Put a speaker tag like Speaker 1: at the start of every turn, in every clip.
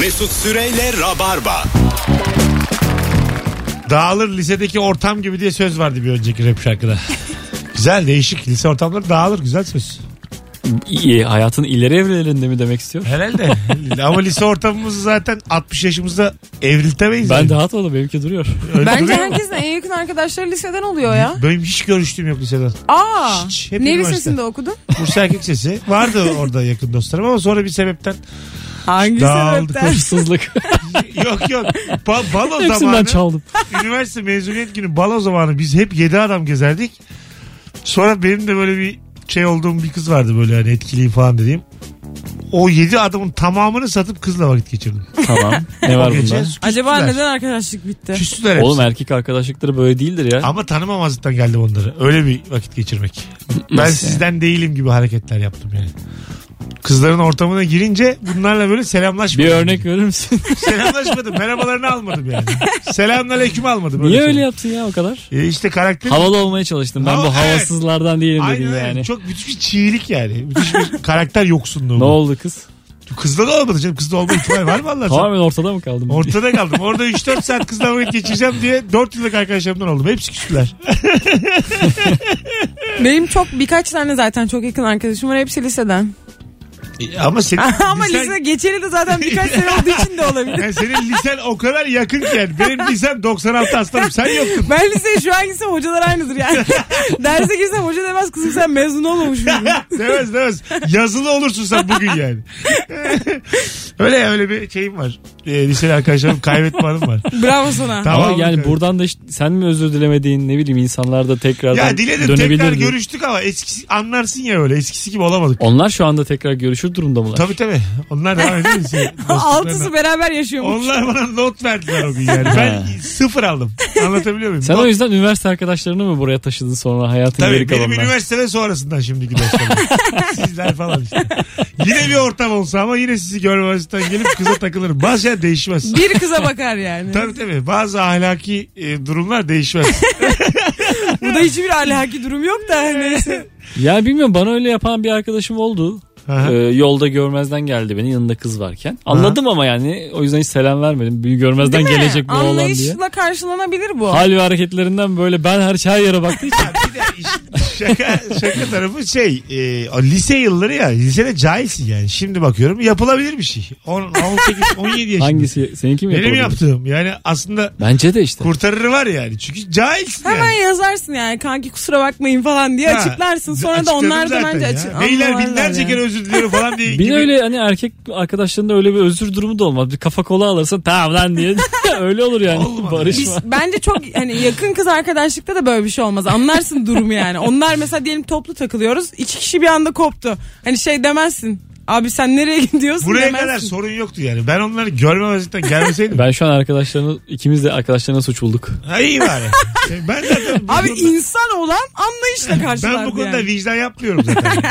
Speaker 1: Mesut Süreyle Rabarba.
Speaker 2: Dağılır lisedeki ortam gibi diye söz vardı bir önceki rap şarkıda. güzel değişik lise ortamları dağılır güzel söz.
Speaker 3: İyi, hayatın ileri evrelerinde mi demek istiyor?
Speaker 2: Herhalde. Ama lise ortamımızı zaten 60 yaşımızda evriltemeyiz.
Speaker 3: Ben
Speaker 2: yani.
Speaker 3: rahat oldum benimki duruyor.
Speaker 2: Öyle
Speaker 4: Bence
Speaker 2: duruyor mu?
Speaker 4: herkesin en yakın arkadaşları liseden oluyor ya.
Speaker 2: Benim hiç görüştüğüm yok liseden.
Speaker 4: Aa.
Speaker 2: Şşş, hep
Speaker 4: Ne
Speaker 2: üniversite.
Speaker 4: lisesinde okudun?
Speaker 2: Bursa Erkek Sesi vardı orada yakın dostlarım ama sonra bir sebepten
Speaker 4: Hangi
Speaker 2: Dağıldık
Speaker 4: sebepten?
Speaker 3: Hırsızlık.
Speaker 2: yok yok ba- balo
Speaker 3: Hepsinden
Speaker 2: zamanı
Speaker 3: çaldım.
Speaker 2: üniversite mezuniyet günü balo zamanı biz hep 7 adam gezerdik. Sonra benim de böyle bir şey olduğum bir kız vardı böyle hani etkiliyim falan dediğim. O 7 adamın tamamını satıp kızla vakit geçirdim.
Speaker 3: Tamam. Ne var
Speaker 2: O gece
Speaker 3: bunda?
Speaker 2: küstüler.
Speaker 4: Acaba neden arkadaşlık bitti?
Speaker 2: Küstüler hepsi.
Speaker 3: Oğlum e- erkek arkadaşlıkları böyle değildir ya.
Speaker 2: Ama tanımamazlıktan geldim onları. Öyle bir vakit geçirmek. Ben
Speaker 3: Nasıl yani?
Speaker 2: sizden değilim gibi hareketler yaptım yani. Kızların ortamına girince bunlarla böyle selamlaşmadım.
Speaker 3: Bir örnek verir misin?
Speaker 2: Selamlaşmadım. Merhabalarını almadım yani. Selamünaleyküm almadım.
Speaker 3: Niye öyle
Speaker 2: söyleyeyim.
Speaker 3: yaptın ya o kadar?
Speaker 2: E işte karakter.
Speaker 3: Havalı olmaya çalıştım. Ben
Speaker 2: Hava-
Speaker 3: bu havasızlardan değilim
Speaker 2: Aynen
Speaker 3: dedim
Speaker 2: öyle.
Speaker 3: yani.
Speaker 2: Çok müthiş bir çiğlik yani. Müthiş bir karakter yoksunluğu.
Speaker 3: Ne
Speaker 2: bu.
Speaker 3: oldu kız?
Speaker 2: Kızla da olmadı canım. Kızla olma ihtimali var mı Allah'ın?
Speaker 3: Tamamen ortada mı kaldım?
Speaker 2: Ortada kaldım. Orada 3-4 saat kızla vakit geçireceğim diye 4 yıllık arkadaşlarımdan oldum. Hepsi küstüler.
Speaker 4: Benim çok birkaç tane zaten çok yakın arkadaşım var. Hepsi liseden.
Speaker 2: E, Ama senin
Speaker 4: Ama
Speaker 2: lisen-
Speaker 4: lise geçeli de zaten birkaç sene olduğu için de olabilir.
Speaker 2: Yani senin lisen o kadar yakın ki yani. Benim lisem 96 aslanım. Sen yoktun.
Speaker 4: Ben liseye şu an gitsem hocalar aynıdır yani. Derse girsem hoca demez kızım sen mezun olmamış mıydın?
Speaker 2: demez demez. Yazılı olursun sen bugün yani. öyle öyle bir şeyim var. E, liseli arkadaşlarım kaybetme anım var.
Speaker 4: Bravo sana.
Speaker 3: Ama
Speaker 2: Tamam,
Speaker 3: yani
Speaker 2: evet.
Speaker 3: buradan da işte sen mi özür dilemediğin ne bileyim insanlarda tekrardan
Speaker 2: Ya diledim
Speaker 3: dönebilirdin.
Speaker 2: tekrar görüştük ama eskisi anlarsın ya öyle eskisi gibi olamadık.
Speaker 3: Onlar şu anda tekrar görüşür durumda mılar?
Speaker 2: Tabii tabii. Onlar devam ediyor. işte dostluklarına.
Speaker 4: Altısı beraber yaşıyormuş.
Speaker 2: Onlar bana not verdiler o gün yani. Ben sıfır aldım. Anlatabiliyor muyum?
Speaker 3: Sen
Speaker 2: Not-
Speaker 3: o yüzden üniversite arkadaşlarını mı buraya taşıdın sonra hayatın geri
Speaker 2: Tabii benim
Speaker 3: kalanına?
Speaker 2: üniversite ve sonrasından şimdiki dostlarım. Sizler falan işte. Yine bir ortam olsa ama yine sizi görmezden gelip kıza takılırım. Bazı şeyler değişmez.
Speaker 4: Bir kıza bakar yani.
Speaker 2: Tabii tabii. Bazı ahlaki e, durumlar değişmez.
Speaker 4: Burada hiçbir alaki durum yok da hani. neyse.
Speaker 3: Ya bilmiyorum bana öyle yapan bir arkadaşım oldu.
Speaker 2: Aha.
Speaker 3: Ee, yolda görmezden geldi beni yanında kız varken. Anladım ama yani o yüzden hiç selam vermedim. Bir görmezden
Speaker 4: Değil mi?
Speaker 3: gelecek bu oğlan diye.
Speaker 4: Anlayışla karşılanabilir bu.
Speaker 3: Hal ve hareketlerinden böyle ben her her yere baktı.
Speaker 2: bir de iş- şaka, şaka tarafı şey e, o lise yılları ya lisede cahilsin yani. Şimdi bakıyorum yapılabilir bir şey. On- 18, 17 yaşında.
Speaker 3: Hangisi? Seninki mi
Speaker 2: Benim
Speaker 3: yapıldı?
Speaker 2: yaptığım yani aslında
Speaker 3: Bence de işte.
Speaker 2: kurtarırı var yani. Çünkü cahilsin
Speaker 4: Hemen
Speaker 2: yani.
Speaker 4: yazarsın yani kanki kusura bakmayın falan diye
Speaker 2: Ha,
Speaker 4: açıklarsın. Sonra da
Speaker 2: açıkladım
Speaker 4: onlar da
Speaker 2: zaten
Speaker 4: bence
Speaker 2: ya.
Speaker 4: açık.
Speaker 2: Beyler
Speaker 4: anlarlar
Speaker 2: binlerce
Speaker 4: yani.
Speaker 2: kere özür diliyorum falan diye.
Speaker 3: Bir
Speaker 2: gibi-
Speaker 3: de öyle hani erkek arkadaşlarında öyle bir özür durumu da olmaz. Bir kafa kola alırsan tamam lan diye. öyle olur yani.
Speaker 2: Olmadı.
Speaker 3: Barışma.
Speaker 4: Biz- bence çok hani yakın kız arkadaşlıkta da böyle bir şey olmaz. Anlarsın durumu yani. Onlar mesela diyelim toplu takılıyoruz. İki kişi bir anda koptu. Hani şey demezsin. Abi sen nereye gidiyorsun
Speaker 2: Buraya
Speaker 4: demezsin.
Speaker 2: kadar sorun yoktu yani. Ben onları görmemezlikten gelmeseydim.
Speaker 3: Ben şu an arkadaşlarını ikimiz de arkadaşlarına suç bulduk.
Speaker 2: Ha iyi bari. Şey, Ben zaten bu
Speaker 4: Abi
Speaker 2: konuda-
Speaker 4: insan olan anlayışla karşılardı
Speaker 2: ben bu konuda
Speaker 4: yani.
Speaker 2: vicdan yapmıyorum zaten.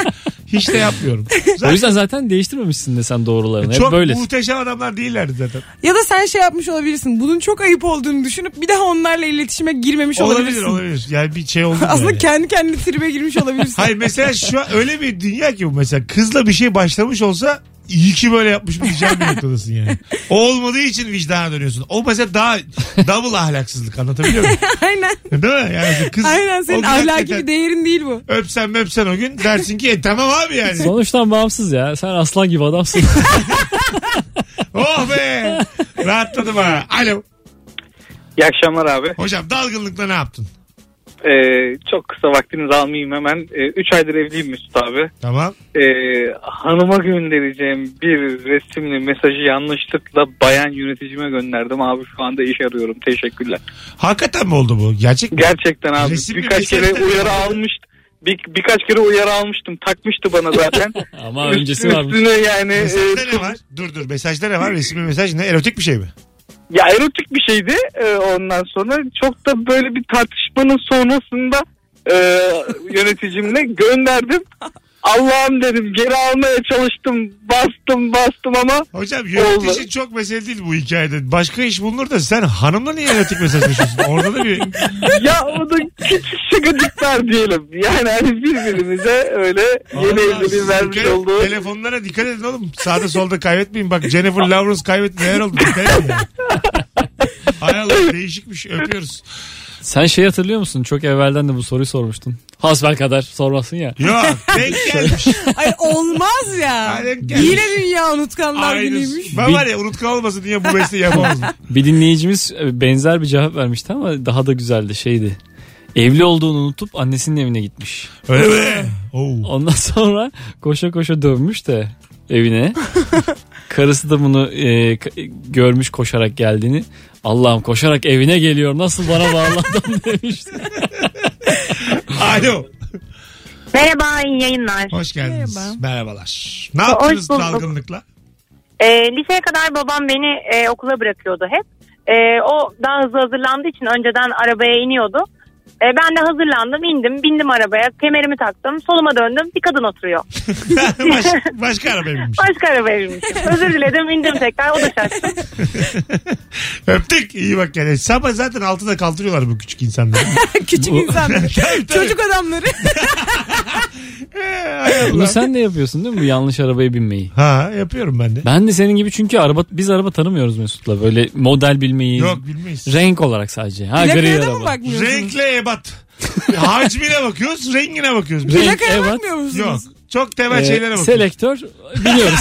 Speaker 2: Hiç de yapmıyorum.
Speaker 3: O
Speaker 2: Zaten
Speaker 3: yüzden zaten değiştirmemişsin de sen doğrularını. Hep
Speaker 2: E, çok
Speaker 3: böyle.
Speaker 2: muhteşem adamlar değillerdi zaten.
Speaker 4: Ya da sen şey yapmış olabilirsin. Bunun çok ayıp olduğunu düşünüp bir daha onlarla iletişime girmemiş
Speaker 2: Olabilir
Speaker 4: olabilirsin.
Speaker 2: olabilir. Yani bir şey oldu.
Speaker 4: Aslında
Speaker 2: yani.
Speaker 4: kendi kendine tribe girmiş olabilirsin.
Speaker 2: Hayır mesela şu an öyle bir dünya ki bu mesela kızla bir şey başlamış olsa iyi ki böyle yapmış mı diyeceğim bir noktadasın yani. O olmadığı için vicdana dönüyorsun. O mesela daha double ahlaksızlık anlatabiliyor muyum?
Speaker 4: Aynen.
Speaker 2: Değil mi? Yani mesela kız
Speaker 4: Aynen
Speaker 2: o
Speaker 4: senin
Speaker 2: gün
Speaker 4: ahlaki
Speaker 2: hakikaten
Speaker 4: bir değerin değil bu.
Speaker 2: Öpsen öpsen o gün dersin ki e, tamam abi yani.
Speaker 3: Sonuçtan bağımsız ya. Sen aslan gibi adamsın.
Speaker 2: oh be. Rahatladım ha. Alo.
Speaker 5: İyi akşamlar abi.
Speaker 2: Hocam dalgınlıkla ne yaptın?
Speaker 5: Ee, çok kısa vaktinizi almayayım hemen. 3 aydır evliyim Mesut abi.
Speaker 2: Tamam.
Speaker 5: Ee, hanıma göndereceğim bir resimli mesajı yanlışlıkla bayan yöneticime gönderdim. Abi şu anda iş arıyorum. Teşekkürler.
Speaker 2: Hakikaten mi oldu bu? Gerçek mi?
Speaker 5: Gerçekten abi
Speaker 2: Resimli
Speaker 5: birkaç
Speaker 2: mesaj
Speaker 5: kere
Speaker 2: da-
Speaker 5: uyarı almıştım. Bir, birkaç kere uyarı almıştım. Takmıştı bana zaten.
Speaker 3: Ama öncesi varmış.
Speaker 5: Üstüne yani.
Speaker 2: Mesajda
Speaker 5: e,
Speaker 2: ne var? Dur dur. Mesajda ne var? Resimli mesaj ne? Erotik bir şey mi?
Speaker 5: Ya erotik bir şeydi e, ondan sonra. Çok da böyle bir tartışmanın sonrasında e, yöneticimle gönderdim. Allah'ım dedim geri almaya çalıştım bastım bastım ama
Speaker 2: Hocam yönetici
Speaker 5: Oldu.
Speaker 2: çok mesele değil bu hikayede. Başka iş bulunur da sen hanımla niye yönetik mesajlaşıyorsun? Orada da bir
Speaker 5: ya o da küçük şakacıklar diyelim. Yani hani birbirimize öyle yeni
Speaker 2: Allah,
Speaker 5: evliliğin vermiş
Speaker 2: siz
Speaker 5: olduğu.
Speaker 2: Telefonlara dikkat edin oğlum. Sağda solda kaybetmeyin. Bak Jennifer Lawrence kaybetti. Neler oldu? Dikkat edin ya. Hay Allah değişikmiş. Öpüyoruz.
Speaker 3: Sen şey hatırlıyor musun? Çok evvelden de bu soruyu sormuştun. Hasbel kadar sormasın ya.
Speaker 2: Yok denk
Speaker 5: Şey-
Speaker 2: gelmiş.
Speaker 4: Ay olmaz ya.
Speaker 2: Ay, denk gelmiş.
Speaker 4: Yine dünya unutkanlar günüymüş.
Speaker 2: Aynısı. Ben var ya unutkan olmasın diye bu mesleği yapamazdım.
Speaker 3: Bir dinleyicimiz e, benzer bir cevap vermişti ama daha da güzeldi şeydi. Evli olduğunu unutup annesinin evine gitmiş.
Speaker 2: Öyle mi? Oo.
Speaker 3: Ondan sonra koşa koşa dönmüş de evine. Karısı da bunu e, k- e, görmüş koşarak geldiğini. Allah'ım koşarak evine geliyor nasıl bana bağlandın demişti.
Speaker 2: Alo.
Speaker 6: Merhaba, iyi yayınlar.
Speaker 2: Hoş geldiniz.
Speaker 4: Merhaba.
Speaker 2: Merhabalar. Ne yaptınız
Speaker 6: bulduk.
Speaker 2: dalgınlıkla?
Speaker 6: Ee, liseye kadar babam beni e, okula bırakıyordu hep. Ee, o daha hızlı hazırlandığı için önceden arabaya iniyordu. Ee, ben de hazırlandım, indim, bindim arabaya, kemerimi taktım, soluma döndüm, bir kadın oturuyor.
Speaker 2: Baş, başka arabaya binmiş.
Speaker 6: Başka arabaya binmişim. Özür diledim, indim tekrar, o da şaştı.
Speaker 2: Öptük. İyi bak yani. Sabah zaten altıda kaldırıyorlar bu küçük insanları.
Speaker 4: Küçük
Speaker 3: Bu-
Speaker 4: insanlar. Çocuk adamları.
Speaker 2: Ee, hay Allah.
Speaker 3: Bunu sen de yapıyorsun değil mi bu yanlış arabaya binmeyi?
Speaker 2: Ha yapıyorum ben de.
Speaker 3: Ben de senin gibi çünkü araba biz araba tanımıyoruz Mesut'la böyle model bilmeyi.
Speaker 2: Yok bilmeyiz.
Speaker 3: Renk olarak sadece. Ha gri
Speaker 4: Plakaya da mı
Speaker 3: araba.
Speaker 4: bakmıyorsunuz?
Speaker 2: Renkle ebat. Hacmine bakıyoruz, rengine bakıyoruz. Biz.
Speaker 3: Renk,
Speaker 4: Plakaya
Speaker 3: evet.
Speaker 4: bakmıyor
Speaker 2: Yok.
Speaker 4: musunuz?
Speaker 2: Çok temel
Speaker 3: Ee,
Speaker 2: şeylere bakıyoruz.
Speaker 3: selektör biliyoruz.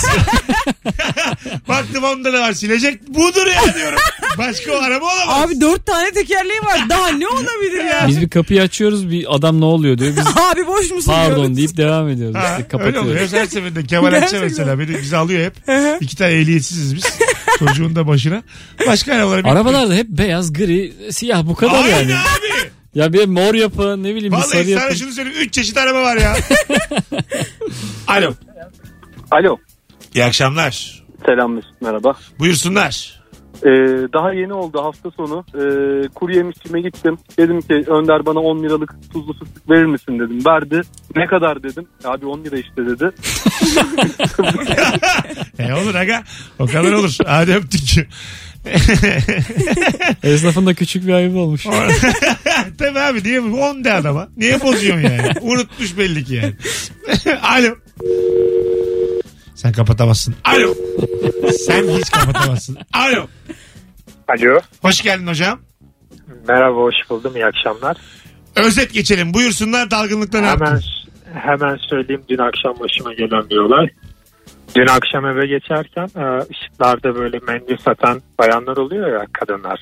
Speaker 2: Baktım onda ne var silecek. Budur ya diyorum. Başka o araba olamaz.
Speaker 4: Abi dört tane tekerleği var. Daha ne olabilir ya?
Speaker 3: Biz bir kapıyı açıyoruz bir adam ne oluyor diyor. Biz
Speaker 4: Abi boş musun?
Speaker 3: pardon
Speaker 4: diyoruz.
Speaker 3: deyip devam ediyoruz.
Speaker 2: Ha,
Speaker 3: İşte
Speaker 2: öyle oluyor.
Speaker 3: kapatıyoruz.
Speaker 2: Her seferinde Kemal Atça
Speaker 4: Gerçekten.
Speaker 2: mesela beni bizi alıyor hep. İki tane ehliyetsiziz biz. Çocuğun da başına. Başka arabalara binmiyor.
Speaker 3: Arabalar da hep beyaz, gri, siyah bu kadar
Speaker 2: Aynen
Speaker 3: yani.
Speaker 2: abi.
Speaker 3: Ya bir mor yapı ne bileyim bir
Speaker 2: Vallahi
Speaker 3: sarı
Speaker 2: hani sana
Speaker 3: yapı.
Speaker 2: şunu söyleyeyim. Üç çeşit araba var ya. Alo.
Speaker 5: Alo.
Speaker 2: İyi akşamlar.
Speaker 5: Selam Mesut merhaba.
Speaker 2: Buyursunlar.
Speaker 5: Ee, daha yeni oldu hafta sonu. Ee, kuru yemişçime gittim. Dedim ki Önder bana 10 liralık tuzlu fıstık verir misin dedim. Verdi. Ne kadar dedim. Abi 10 lira işte dedi.
Speaker 2: E olur aga. O kadar olur. Hadi öptük.
Speaker 3: Esnafın da küçük bir ayıbı olmuş.
Speaker 2: Tabii abi niye 10 de adama. Niye bozuyorsun yani? Unutmuş belli ki yani. Alo. Sen kapatamazsın. Alo. Sen hiç kapatamazsın. Alo.
Speaker 7: Alo.
Speaker 2: Hoş geldin hocam.
Speaker 7: Merhaba hoş buldum iyi akşamlar.
Speaker 2: Özet geçelim. Buyursunlar dalgınlıkta ne
Speaker 7: Hemen
Speaker 2: yaptın?
Speaker 7: hemen söyleyeyim dün akşam başıma gelen bir olay. Dün akşam eve geçerken e, ışıklarda böyle mendil satan bayanlar oluyor ya kadınlar.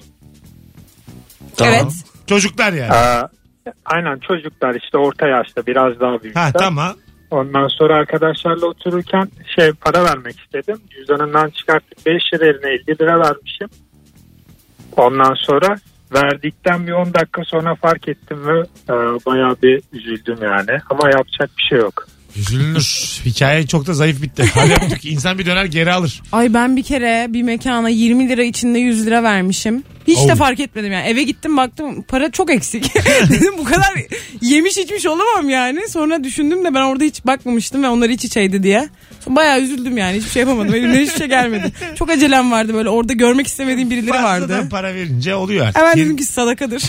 Speaker 4: Evet.
Speaker 2: Çocuklar yani.
Speaker 7: E, aynen çocuklar işte orta yaşta biraz daha büyükler.
Speaker 2: Ha tamam.
Speaker 7: Ondan sonra arkadaşlarla otururken şey para vermek istedim. Cüzdanından çıkarttık 5 lira yerine 50 lira vermişim. Ondan sonra verdikten bir 10 dakika sonra fark ettim ve e, bayağı bir üzüldüm yani. Ama yapacak bir şey yok.
Speaker 2: Üzülünür. Hikaye çok da zayıf bitti. Hadi öptük. İnsan bir döner geri alır.
Speaker 4: Ay ben bir kere bir mekana 20 lira içinde 100 lira vermişim. Hiç
Speaker 2: Oh.
Speaker 4: de fark etmedim yani. Eve gittim baktım para çok eksik. Dedim bu kadar yemiş içmiş olamam yani. Sonra düşündüm de ben orada hiç bakmamıştım ve onlar iç içeydi diye. Sonra Bayağı üzüldüm yani hiçbir şey yapamadım. Elimden hiçbir şey gelmedi. Çok acelem vardı böyle orada görmek istemediğim birileri vardı.
Speaker 2: Fazladan para verince oluyor artık.
Speaker 4: Hemen
Speaker 2: Geri-
Speaker 4: dedim ki sadakadır.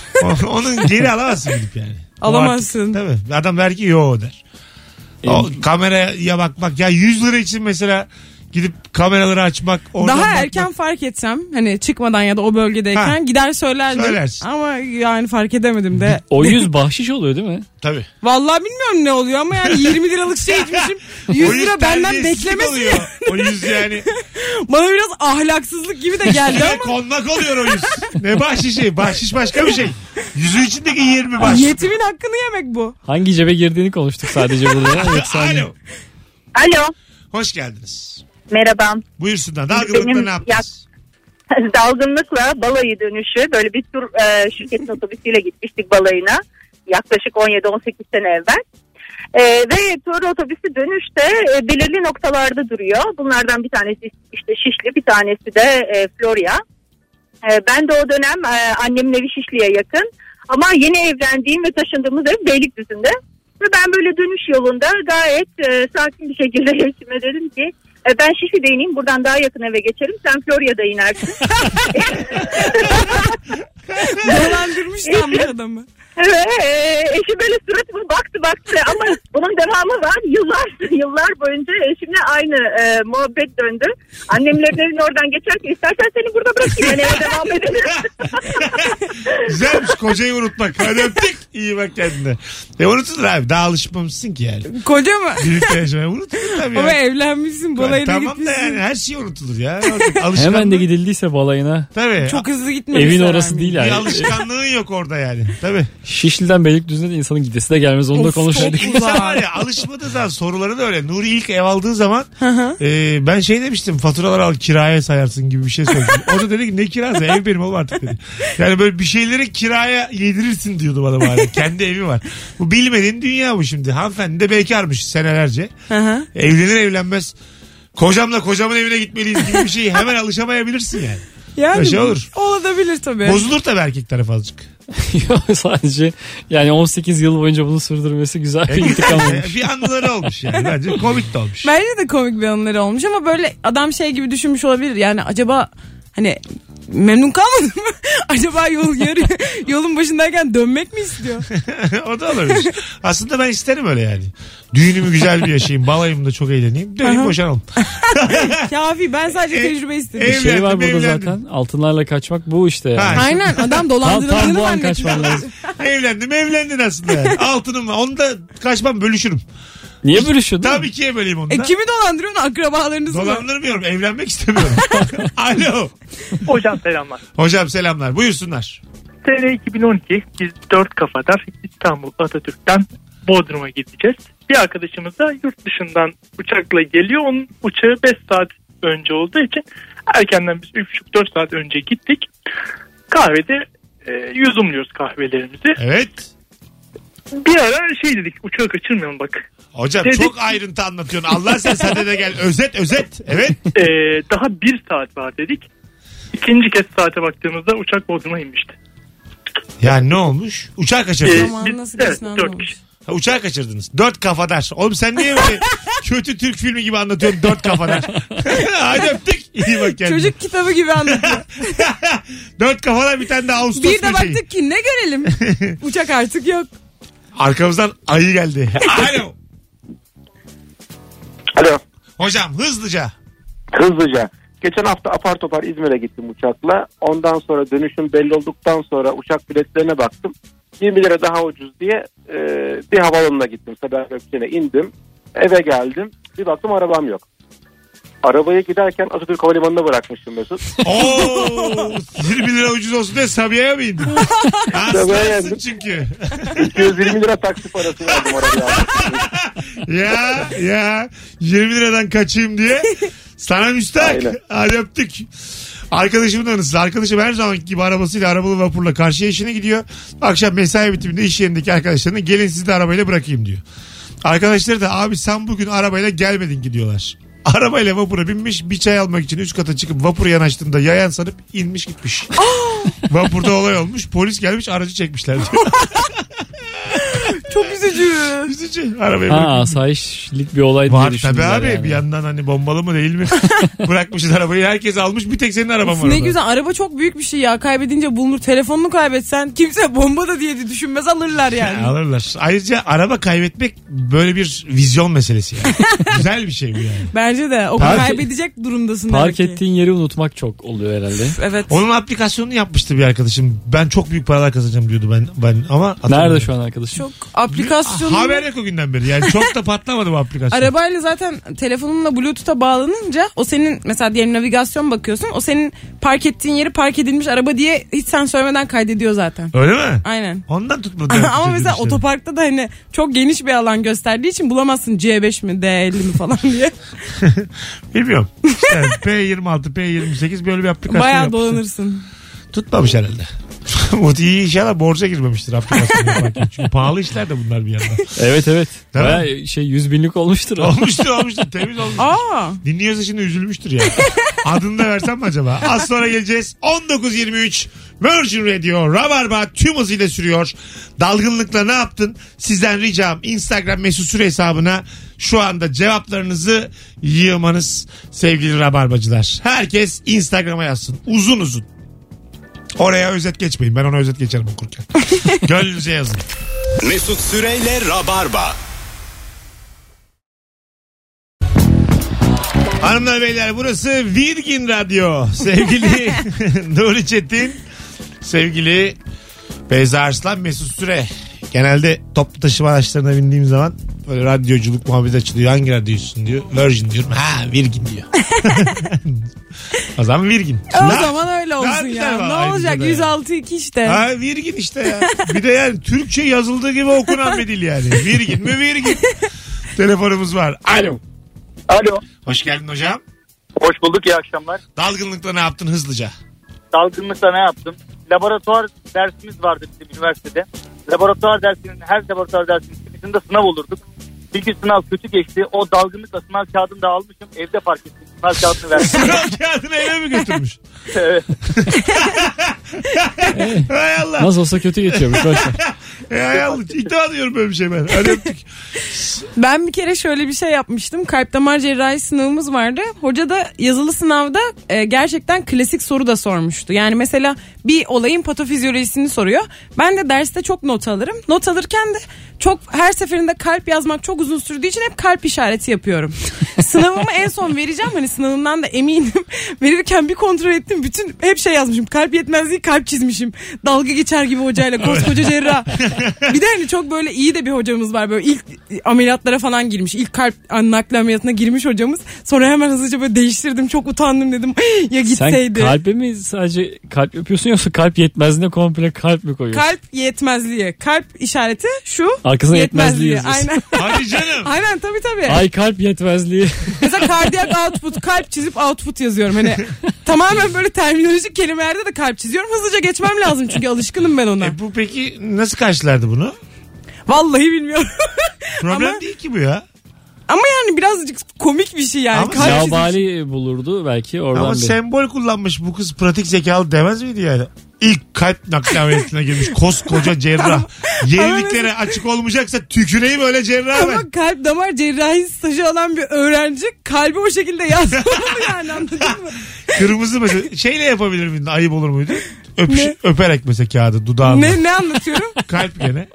Speaker 2: Onun geri alamazsın gidip yani. O
Speaker 4: Alamazsın.
Speaker 2: Artık, tabii. Adam vergi yok der. O kameraya bakmak ya 100 lira için mesela gidip kameraları açmak. oradan
Speaker 4: Daha
Speaker 2: bakmak.
Speaker 4: erken fark etsem hani çıkmadan ya da o bölgedeyken
Speaker 2: Ha.
Speaker 4: gider söylerdim.
Speaker 2: Söylersin.
Speaker 4: Ama yani fark edemedim de.
Speaker 3: O yüz bahşiş oluyor değil mi?
Speaker 2: Tabii.
Speaker 4: Vallahi bilmiyorum ne oluyor ama yani 20 liralık şey içmişim. 100
Speaker 2: O yüz
Speaker 4: lira benden
Speaker 2: terbiyesizlik
Speaker 4: beklemesin.
Speaker 2: oluyor. O yüz yani.
Speaker 4: Bana biraz ahlaksızlık gibi de geldi
Speaker 2: Ne
Speaker 4: ama.
Speaker 2: konmak oluyor o yüz. Ne bahşişi. Bahşiş başka bir şey. Yüzü içindeki 20 bahşiş.
Speaker 4: Yetimin hakkını yemek bu.
Speaker 3: Hangi cebe girdiğini konuştuk sadece burada. Yoksa hani-
Speaker 2: Alo.
Speaker 6: Alo,
Speaker 2: Hoş geldiniz.
Speaker 6: merhaba.
Speaker 2: Buyursunlar. Dalgınlıkta
Speaker 6: Benim
Speaker 2: ne yaptınız?
Speaker 6: Dalgınlıkla balayı dönüşü, böyle bir tur e, şirketin otobüsüyle gitmiştik balayına. Yaklaşık 17-18 sene evvel. E, ve tur otobüsü dönüşte e, belirli noktalarda duruyor. Bunlardan bir tanesi işte Şişli, bir tanesi de e, Florya. E, ben de o dönem e, annemin evi Şişli'ye yakın. Ama yeni evlendiğim ve taşındığımız ev Beylikdüzü'nde. Ve ben böyle dönüş yolunda gayet e, sakin bir şekilde eşime dedim ki e, ben Şişli'de ineyim buradan daha yakın eve geçerim sen Florya'da inersin.
Speaker 4: Dolandırmış lan bu adamı.
Speaker 6: Ve, e, eşi böyle suratıma baktı baktı ama bunun devamı var. Yıllar yıllar boyunca eşimle aynı e, muhabbet döndü. Annemlerin evine oradan geçerken istersen seni burada bırakayım ben eve devam edelim.
Speaker 2: Güzelmiş kocayı unutmak. Hadi öptük. İyi bak kendine. E unutulur abi. Daha alışmamışsın ki yani.
Speaker 4: Koca mı?
Speaker 2: Birlikte yaşamaya unutulur tabii
Speaker 4: Ama
Speaker 2: ya.
Speaker 4: evlenmişsin balayına
Speaker 2: tamam da
Speaker 4: gitmişsin.
Speaker 2: yani her şey unutulur ya. Artık Alışkanlık.
Speaker 3: Hemen de gidildiyse balayına
Speaker 2: Tabii.
Speaker 4: Çok hızlı gitmemişsin.
Speaker 3: evin orası
Speaker 4: abi.
Speaker 3: değil
Speaker 2: bir
Speaker 3: yani.
Speaker 2: alışkanlığın yok orada yani. Tabii.
Speaker 3: Şişli'den Beylikdüzü'ne de insanın gidesi de gelmez onu da
Speaker 4: Of,
Speaker 3: konuşaydık.
Speaker 4: çok
Speaker 2: İnsan
Speaker 4: uzak.
Speaker 2: var ya alışmadığı zaman soruları da öyle. Nuri ilk ev aldığı zaman e, ben şey demiştim faturaları al kiraya sayarsın gibi bir şey söyledim. o da dedi ki ne kirası ev benim oğlum artık dedi. Yani böyle bir şeyleri kiraya yedirirsin diyordu bana bari. Kendi evi var. Bu bilmediğin dünya bu şimdi. Hanımefendi de bekarmış senelerce.
Speaker 4: Hı hı.
Speaker 2: Evlenir evlenmez kocamla kocamın evine gitmeliyiz gibi bir şey hemen alışamayabilirsin yani.
Speaker 4: Yani
Speaker 2: Şey olur.
Speaker 4: Olabilir tabii.
Speaker 2: Bozulur tabii erkek tarafı azıcık.
Speaker 3: Yok, Sadece yani 18 yıl boyunca bunu sürdürmesi güzel bir intikam olmuş.
Speaker 2: bir anıları olmuş yani. Bence komik de olmuş.
Speaker 4: Bence de komik bir anıları olmuş ama böyle adam şey gibi düşünmüş olabilir. Yani acaba hani memnun kalmadı mı? acaba yol yarı, yolun başındayken dönmek mi istiyor?
Speaker 2: o da olabilir. Aslında ben isterim öyle yani. Düğünümü güzel bir yaşayayım. Balayımda çok eğleneyim. Döneyim boşanalım.
Speaker 4: Kafi ben sadece
Speaker 2: E-
Speaker 4: tecrübe istedim.
Speaker 2: e-
Speaker 3: Bir şey var
Speaker 2: Evlendim,
Speaker 3: burada
Speaker 2: evlendim.
Speaker 3: zaten. Altınlarla kaçmak bu işte.
Speaker 2: Ha,
Speaker 3: yani.
Speaker 4: Aynen
Speaker 3: Tam,
Speaker 4: adam
Speaker 3: tam
Speaker 4: dolandırıldığını
Speaker 3: bu an kaçman
Speaker 4: zannediyor.
Speaker 3: lazım.
Speaker 2: Evlendim evlendin aslında yani. Altınım var. Onu da kaçmam bölüşürüm.
Speaker 3: Niye bölüşüyordun?
Speaker 2: Tam ikiye böleyim onu da.
Speaker 4: E kimi dolandırıyorsun akrabalarınızı mı?
Speaker 2: Dolandırmıyorum. Evlenmek istemiyorum. Alo.
Speaker 8: Hocam selamlar.
Speaker 2: Hocam selamlar. Buyursunlar.
Speaker 8: Sene 2012 biz dört kafadar İstanbul Atatürk'ten Bodrum'a gideceğiz. Bir arkadaşımız da yurt dışından uçakla geliyor. Onun uçağı 5 saat önce olduğu için erkenden biz 3,5-4 saat önce gittik. Kahvede e, yudumluyoruz kahvelerimizi.
Speaker 2: Evet.
Speaker 8: Bir ara şey dedik uçağı kaçırmayalım bak.
Speaker 2: Hocam
Speaker 8: Dedik-
Speaker 2: çok ayrıntı anlatıyorsun. Allah sen sende de gel. Özet özet. Evet.
Speaker 8: E, daha bir saat var dedik. İkinci kez saate baktığımızda uçak Bodrum'a inmişti.
Speaker 2: Yani ne olmuş? Uçağı kaçırdınız.
Speaker 8: E,
Speaker 4: Zamanı
Speaker 8: biz-
Speaker 4: nasıl
Speaker 8: evet,
Speaker 4: geçtiğini
Speaker 8: dört
Speaker 4: anlamamış.
Speaker 8: kişi.
Speaker 2: Ha, uçağı kaçırdınız. Dört kafadar. Oğlum sen niye böyle kötü Türk filmi gibi anlatıyorsun dört kafadar? Hadi öptük. İyi bak kendine.
Speaker 4: Çocuk kitabı gibi anlatıyor.
Speaker 2: Dört kafalar bir şey. tane de Ağustos
Speaker 4: bir
Speaker 2: böceği.
Speaker 4: de baktık ki ne görelim. Uçak artık yok.
Speaker 2: Arkamızdan ayı geldi. Alo.
Speaker 9: Alo.
Speaker 2: Hocam hızlıca.
Speaker 9: Hızlıca. Geçen hafta apar topar İzmir'e gittim uçakla. Ondan sonra dönüşüm belli olduktan sonra uçak biletlerine baktım. 20 lira daha ucuz diye e, bir havaalanına gittim. Sabah Gökçen'e indim. Eve geldim. Bir baktım arabam yok. Arabayı giderken Atatürk Havalimanı'na bırakmışım Mesut.
Speaker 2: Oo, 20 lira ucuz olsun diye Sabiha'ya mı indin?
Speaker 9: Sabiha'ya
Speaker 2: Aslansın
Speaker 9: indim.
Speaker 2: çünkü.
Speaker 9: 220 lira taksi parası verdim arabaya.
Speaker 2: ya ya 20 liradan kaçayım diye sana müstahak.
Speaker 9: Aynen.
Speaker 2: Hadi öptük. Arkadaşımın anısı. Arkadaşım her zamanki gibi arabasıyla arabalı vapurla karşıya işine gidiyor. Akşam mesai bitiminde iş yerindeki arkadaşlarına gelin sizi de arabayla bırakayım diyor. Arkadaşları da abi sen bugün arabayla gelmedin gidiyorlar. Arabayla vapura binmiş bir çay almak için üst kata çıkıp vapur yanaştığında yayan sanıp inmiş gitmiş. Vapurda olay olmuş polis gelmiş aracı çekmişler diyor.
Speaker 4: Çok üzücü.
Speaker 2: Üzücü. Arabayı
Speaker 3: Ha
Speaker 2: bırakıp
Speaker 3: asayişlik bir olay diye
Speaker 2: Var tabii
Speaker 3: düşündüler
Speaker 2: abi
Speaker 3: yani.
Speaker 2: bir yandan hani bombalı mı değil mi bırakmışız arabayı herkes almış bir tek senin araban var
Speaker 4: ne
Speaker 2: orada.
Speaker 4: güzel araba çok büyük bir şey ya kaybedince bulunur telefonunu kaybetsen kimse bomba da diye düşünmez alırlar yani.
Speaker 2: Alırlar. Ayrıca araba kaybetmek böyle bir vizyon meselesi yani. güzel bir şey bu yani.
Speaker 4: Bence de o
Speaker 3: Park-
Speaker 4: kaybedecek durumdasın
Speaker 3: Park
Speaker 4: demek ki.
Speaker 3: ettiğin yeri unutmak çok oluyor herhalde.
Speaker 4: Evet.
Speaker 2: Onun aplikasyonunu yapmıştı bir arkadaşım. Ben çok büyük paralar kazanacağım diyordu ben ben ama
Speaker 3: Nerede
Speaker 2: hatırlamıyorum. Ah,
Speaker 3: şu an arkadaşım?
Speaker 4: Çok aplikasyonu
Speaker 2: Haber yok o günden beri. Yani çok da patlamadı bu aplikasyon.
Speaker 4: arabayla zaten telefonunla bluetooth'a bağlanınca o senin mesela diyelim navigasyon bakıyorsun o senin park ettiğin yeri park edilmiş araba diye hiç sen söylemeden kaydediyor zaten.
Speaker 2: Öyle mi?
Speaker 4: Aynen.
Speaker 2: Ondan tutmadı.
Speaker 4: Ama mesela
Speaker 2: Yapmışlar.
Speaker 4: otoparkta da hani çok geniş bir alan gösterdiği için bulamazsın C5 mi D50 mi falan diye.
Speaker 2: Bilmiyorum. İşte P26, P28 böyle bir aplikasyon
Speaker 4: Bayağı
Speaker 2: yapmışlar.
Speaker 4: dolanırsın.
Speaker 2: Tutmamış herhalde. Umut iyi inşallah borca girmemiştir aplikasyon yaparken. Çünkü pahalı işler de bunlar bir yandan.
Speaker 3: Evet evet.
Speaker 2: Değil mi?
Speaker 3: Baya şey yüz binlik olmuştur. o.
Speaker 2: Olmuştur olmuştur temiz olmuş.
Speaker 4: Aa.
Speaker 2: Dinliyorsa şimdi üzülmüştür yani. Adını da versem mi acaba? Az sonra geleceğiz. 19.23 Virgin Radio Rabarba tüm hızıyla sürüyor. Dalgınlıkla ne yaptın? Sizden ricam Instagram mesut süre hesabına şu anda cevaplarınızı yığmanız sevgili Rabarbacılar. Herkes Instagram'a yazsın. Uzun uzun. Oraya özet geçmeyin. Ben ona özet geçerim okurken. Gönlünüze yazın.
Speaker 1: Mesut Süreyle Rabarba.
Speaker 2: Hanımlar beyler burası Virgin Radyo. Sevgili Nuri Çetin, sevgili Beyza Arslan, Mesut Süre. Genelde toplu taşıma araçlarına bindiğim zaman böyle radyoculuk muhabbeti açılıyor. Hangi radyocusun diyor. Virgin diyorum. Ha Virgin diyor. o zaman Virgin.
Speaker 4: O
Speaker 2: La-
Speaker 4: zaman öyle olsun
Speaker 2: güzel
Speaker 4: ya.
Speaker 2: var
Speaker 4: Ne
Speaker 2: aynı
Speaker 4: olacak
Speaker 2: zamanda ya.
Speaker 4: 106 2 işte.
Speaker 2: Ha Virgin işte ya. Bir de yani Türkçe yazıldığı gibi okunan bir dil yani. Virgin mi Virgin. Telefonumuz var. Alo.
Speaker 5: Alo.
Speaker 2: Hoş geldin hocam.
Speaker 5: Hoş bulduk iyi akşamlar.
Speaker 2: Dalgınlıkta ne yaptın hızlıca?
Speaker 5: Dalgınlıkla ne yaptım? Laboratuvar dersimiz vardı bizim üniversitede. Laboratuvar dersinin her laboratuvar dersinin çıkışında sınav olurduk. Bir gün sınav kötü geçti. O dalgınlıkla sınav kağıdını da almışım. Evde fark ettim. Sınav kağıdını verdim.
Speaker 2: Sınav kağıdını eve mi götürmüş?
Speaker 5: Evet.
Speaker 2: Hay Allah.
Speaker 3: Nasıl olsa kötü geçiyormuş. Boş ver.
Speaker 2: Hay Allah. İddia ediyorum böyle bir şey ben. Hadi öptük.
Speaker 4: Ben bir kere şöyle bir şey yapmıştım. Kalp damar cerrahi sınavımız vardı. Hoca da yazılı sınavda e, gerçekten klasik soru da sormuştu. Yani mesela bir olayın patofizyolojisini soruyor. Ben de derste çok not alırım. Not alırken de çok her seferinde kalp yazmak çok uzun sürdüğü için hep kalp işareti yapıyorum. Sınavımı en son vereceğim hani sınavımdan da eminim. Verirken bir kontrol ettim. Bütün hep şey yazmışım. Kalp yetmezliği kalp çizmişim. Dalga geçer gibi hocayla koskoca cerrah. bir de hani çok böyle iyi de bir hocamız var. Böyle ilk ameliyatlara falan girmiş. İlk kalp nakli ameliyatına girmiş hocamız. Sonra hemen hızlıca böyle değiştirdim. Çok utandım dedim. ya
Speaker 3: Sen
Speaker 4: gitseydi.
Speaker 3: kalbe mi sadece kalp yapıyorsun yoksa kalp yetmezliğine komple kalp mi koyuyorsun?
Speaker 4: Kalp yetmezliği. Kalp işareti şu.
Speaker 3: Arkasına yetmezliği yazıyorsun.
Speaker 4: Aynen.
Speaker 2: Hadi canım.
Speaker 4: Aynen tabii tabii.
Speaker 3: Ay kalp yetmezliği.
Speaker 4: Mesela kardiyak output kalp çizip output yazıyorum. Hani tamamen böyle terminolojik kelimelerde de kalp çiziyorum. Hızlıca geçmem lazım çünkü alışkınım ben ona.
Speaker 2: E bu peki nasıl karşılardı bunu?
Speaker 4: Vallahi bilmiyorum.
Speaker 2: Problem
Speaker 4: Ama-
Speaker 2: değil ki bu ya.
Speaker 4: Ama yani birazcık komik bir şey yani.
Speaker 2: Ama
Speaker 4: kalp çizip-
Speaker 3: Yabali bulurdu belki oradan
Speaker 2: Ama şey
Speaker 3: bir.
Speaker 2: sembol kullanmış bu kız pratik zekalı demez miydi yani? İlk kalp nakli ameliyatına girmiş koskoca cerrah. Yeniliklere açık olmayacaksa tüküreyim öyle cerrah ben.
Speaker 4: Ama kalp damar cerrahi stajı alan bir öğrenci kalbi o şekilde yazmamalı yani anladın mı?
Speaker 2: Kırmızı mesela şeyle yapabilir miydin ayıp olur muydu? Öpüş, öperek mesela kağıdı dudağına.
Speaker 4: ne, ne anlatıyorum?
Speaker 2: Kalp gene.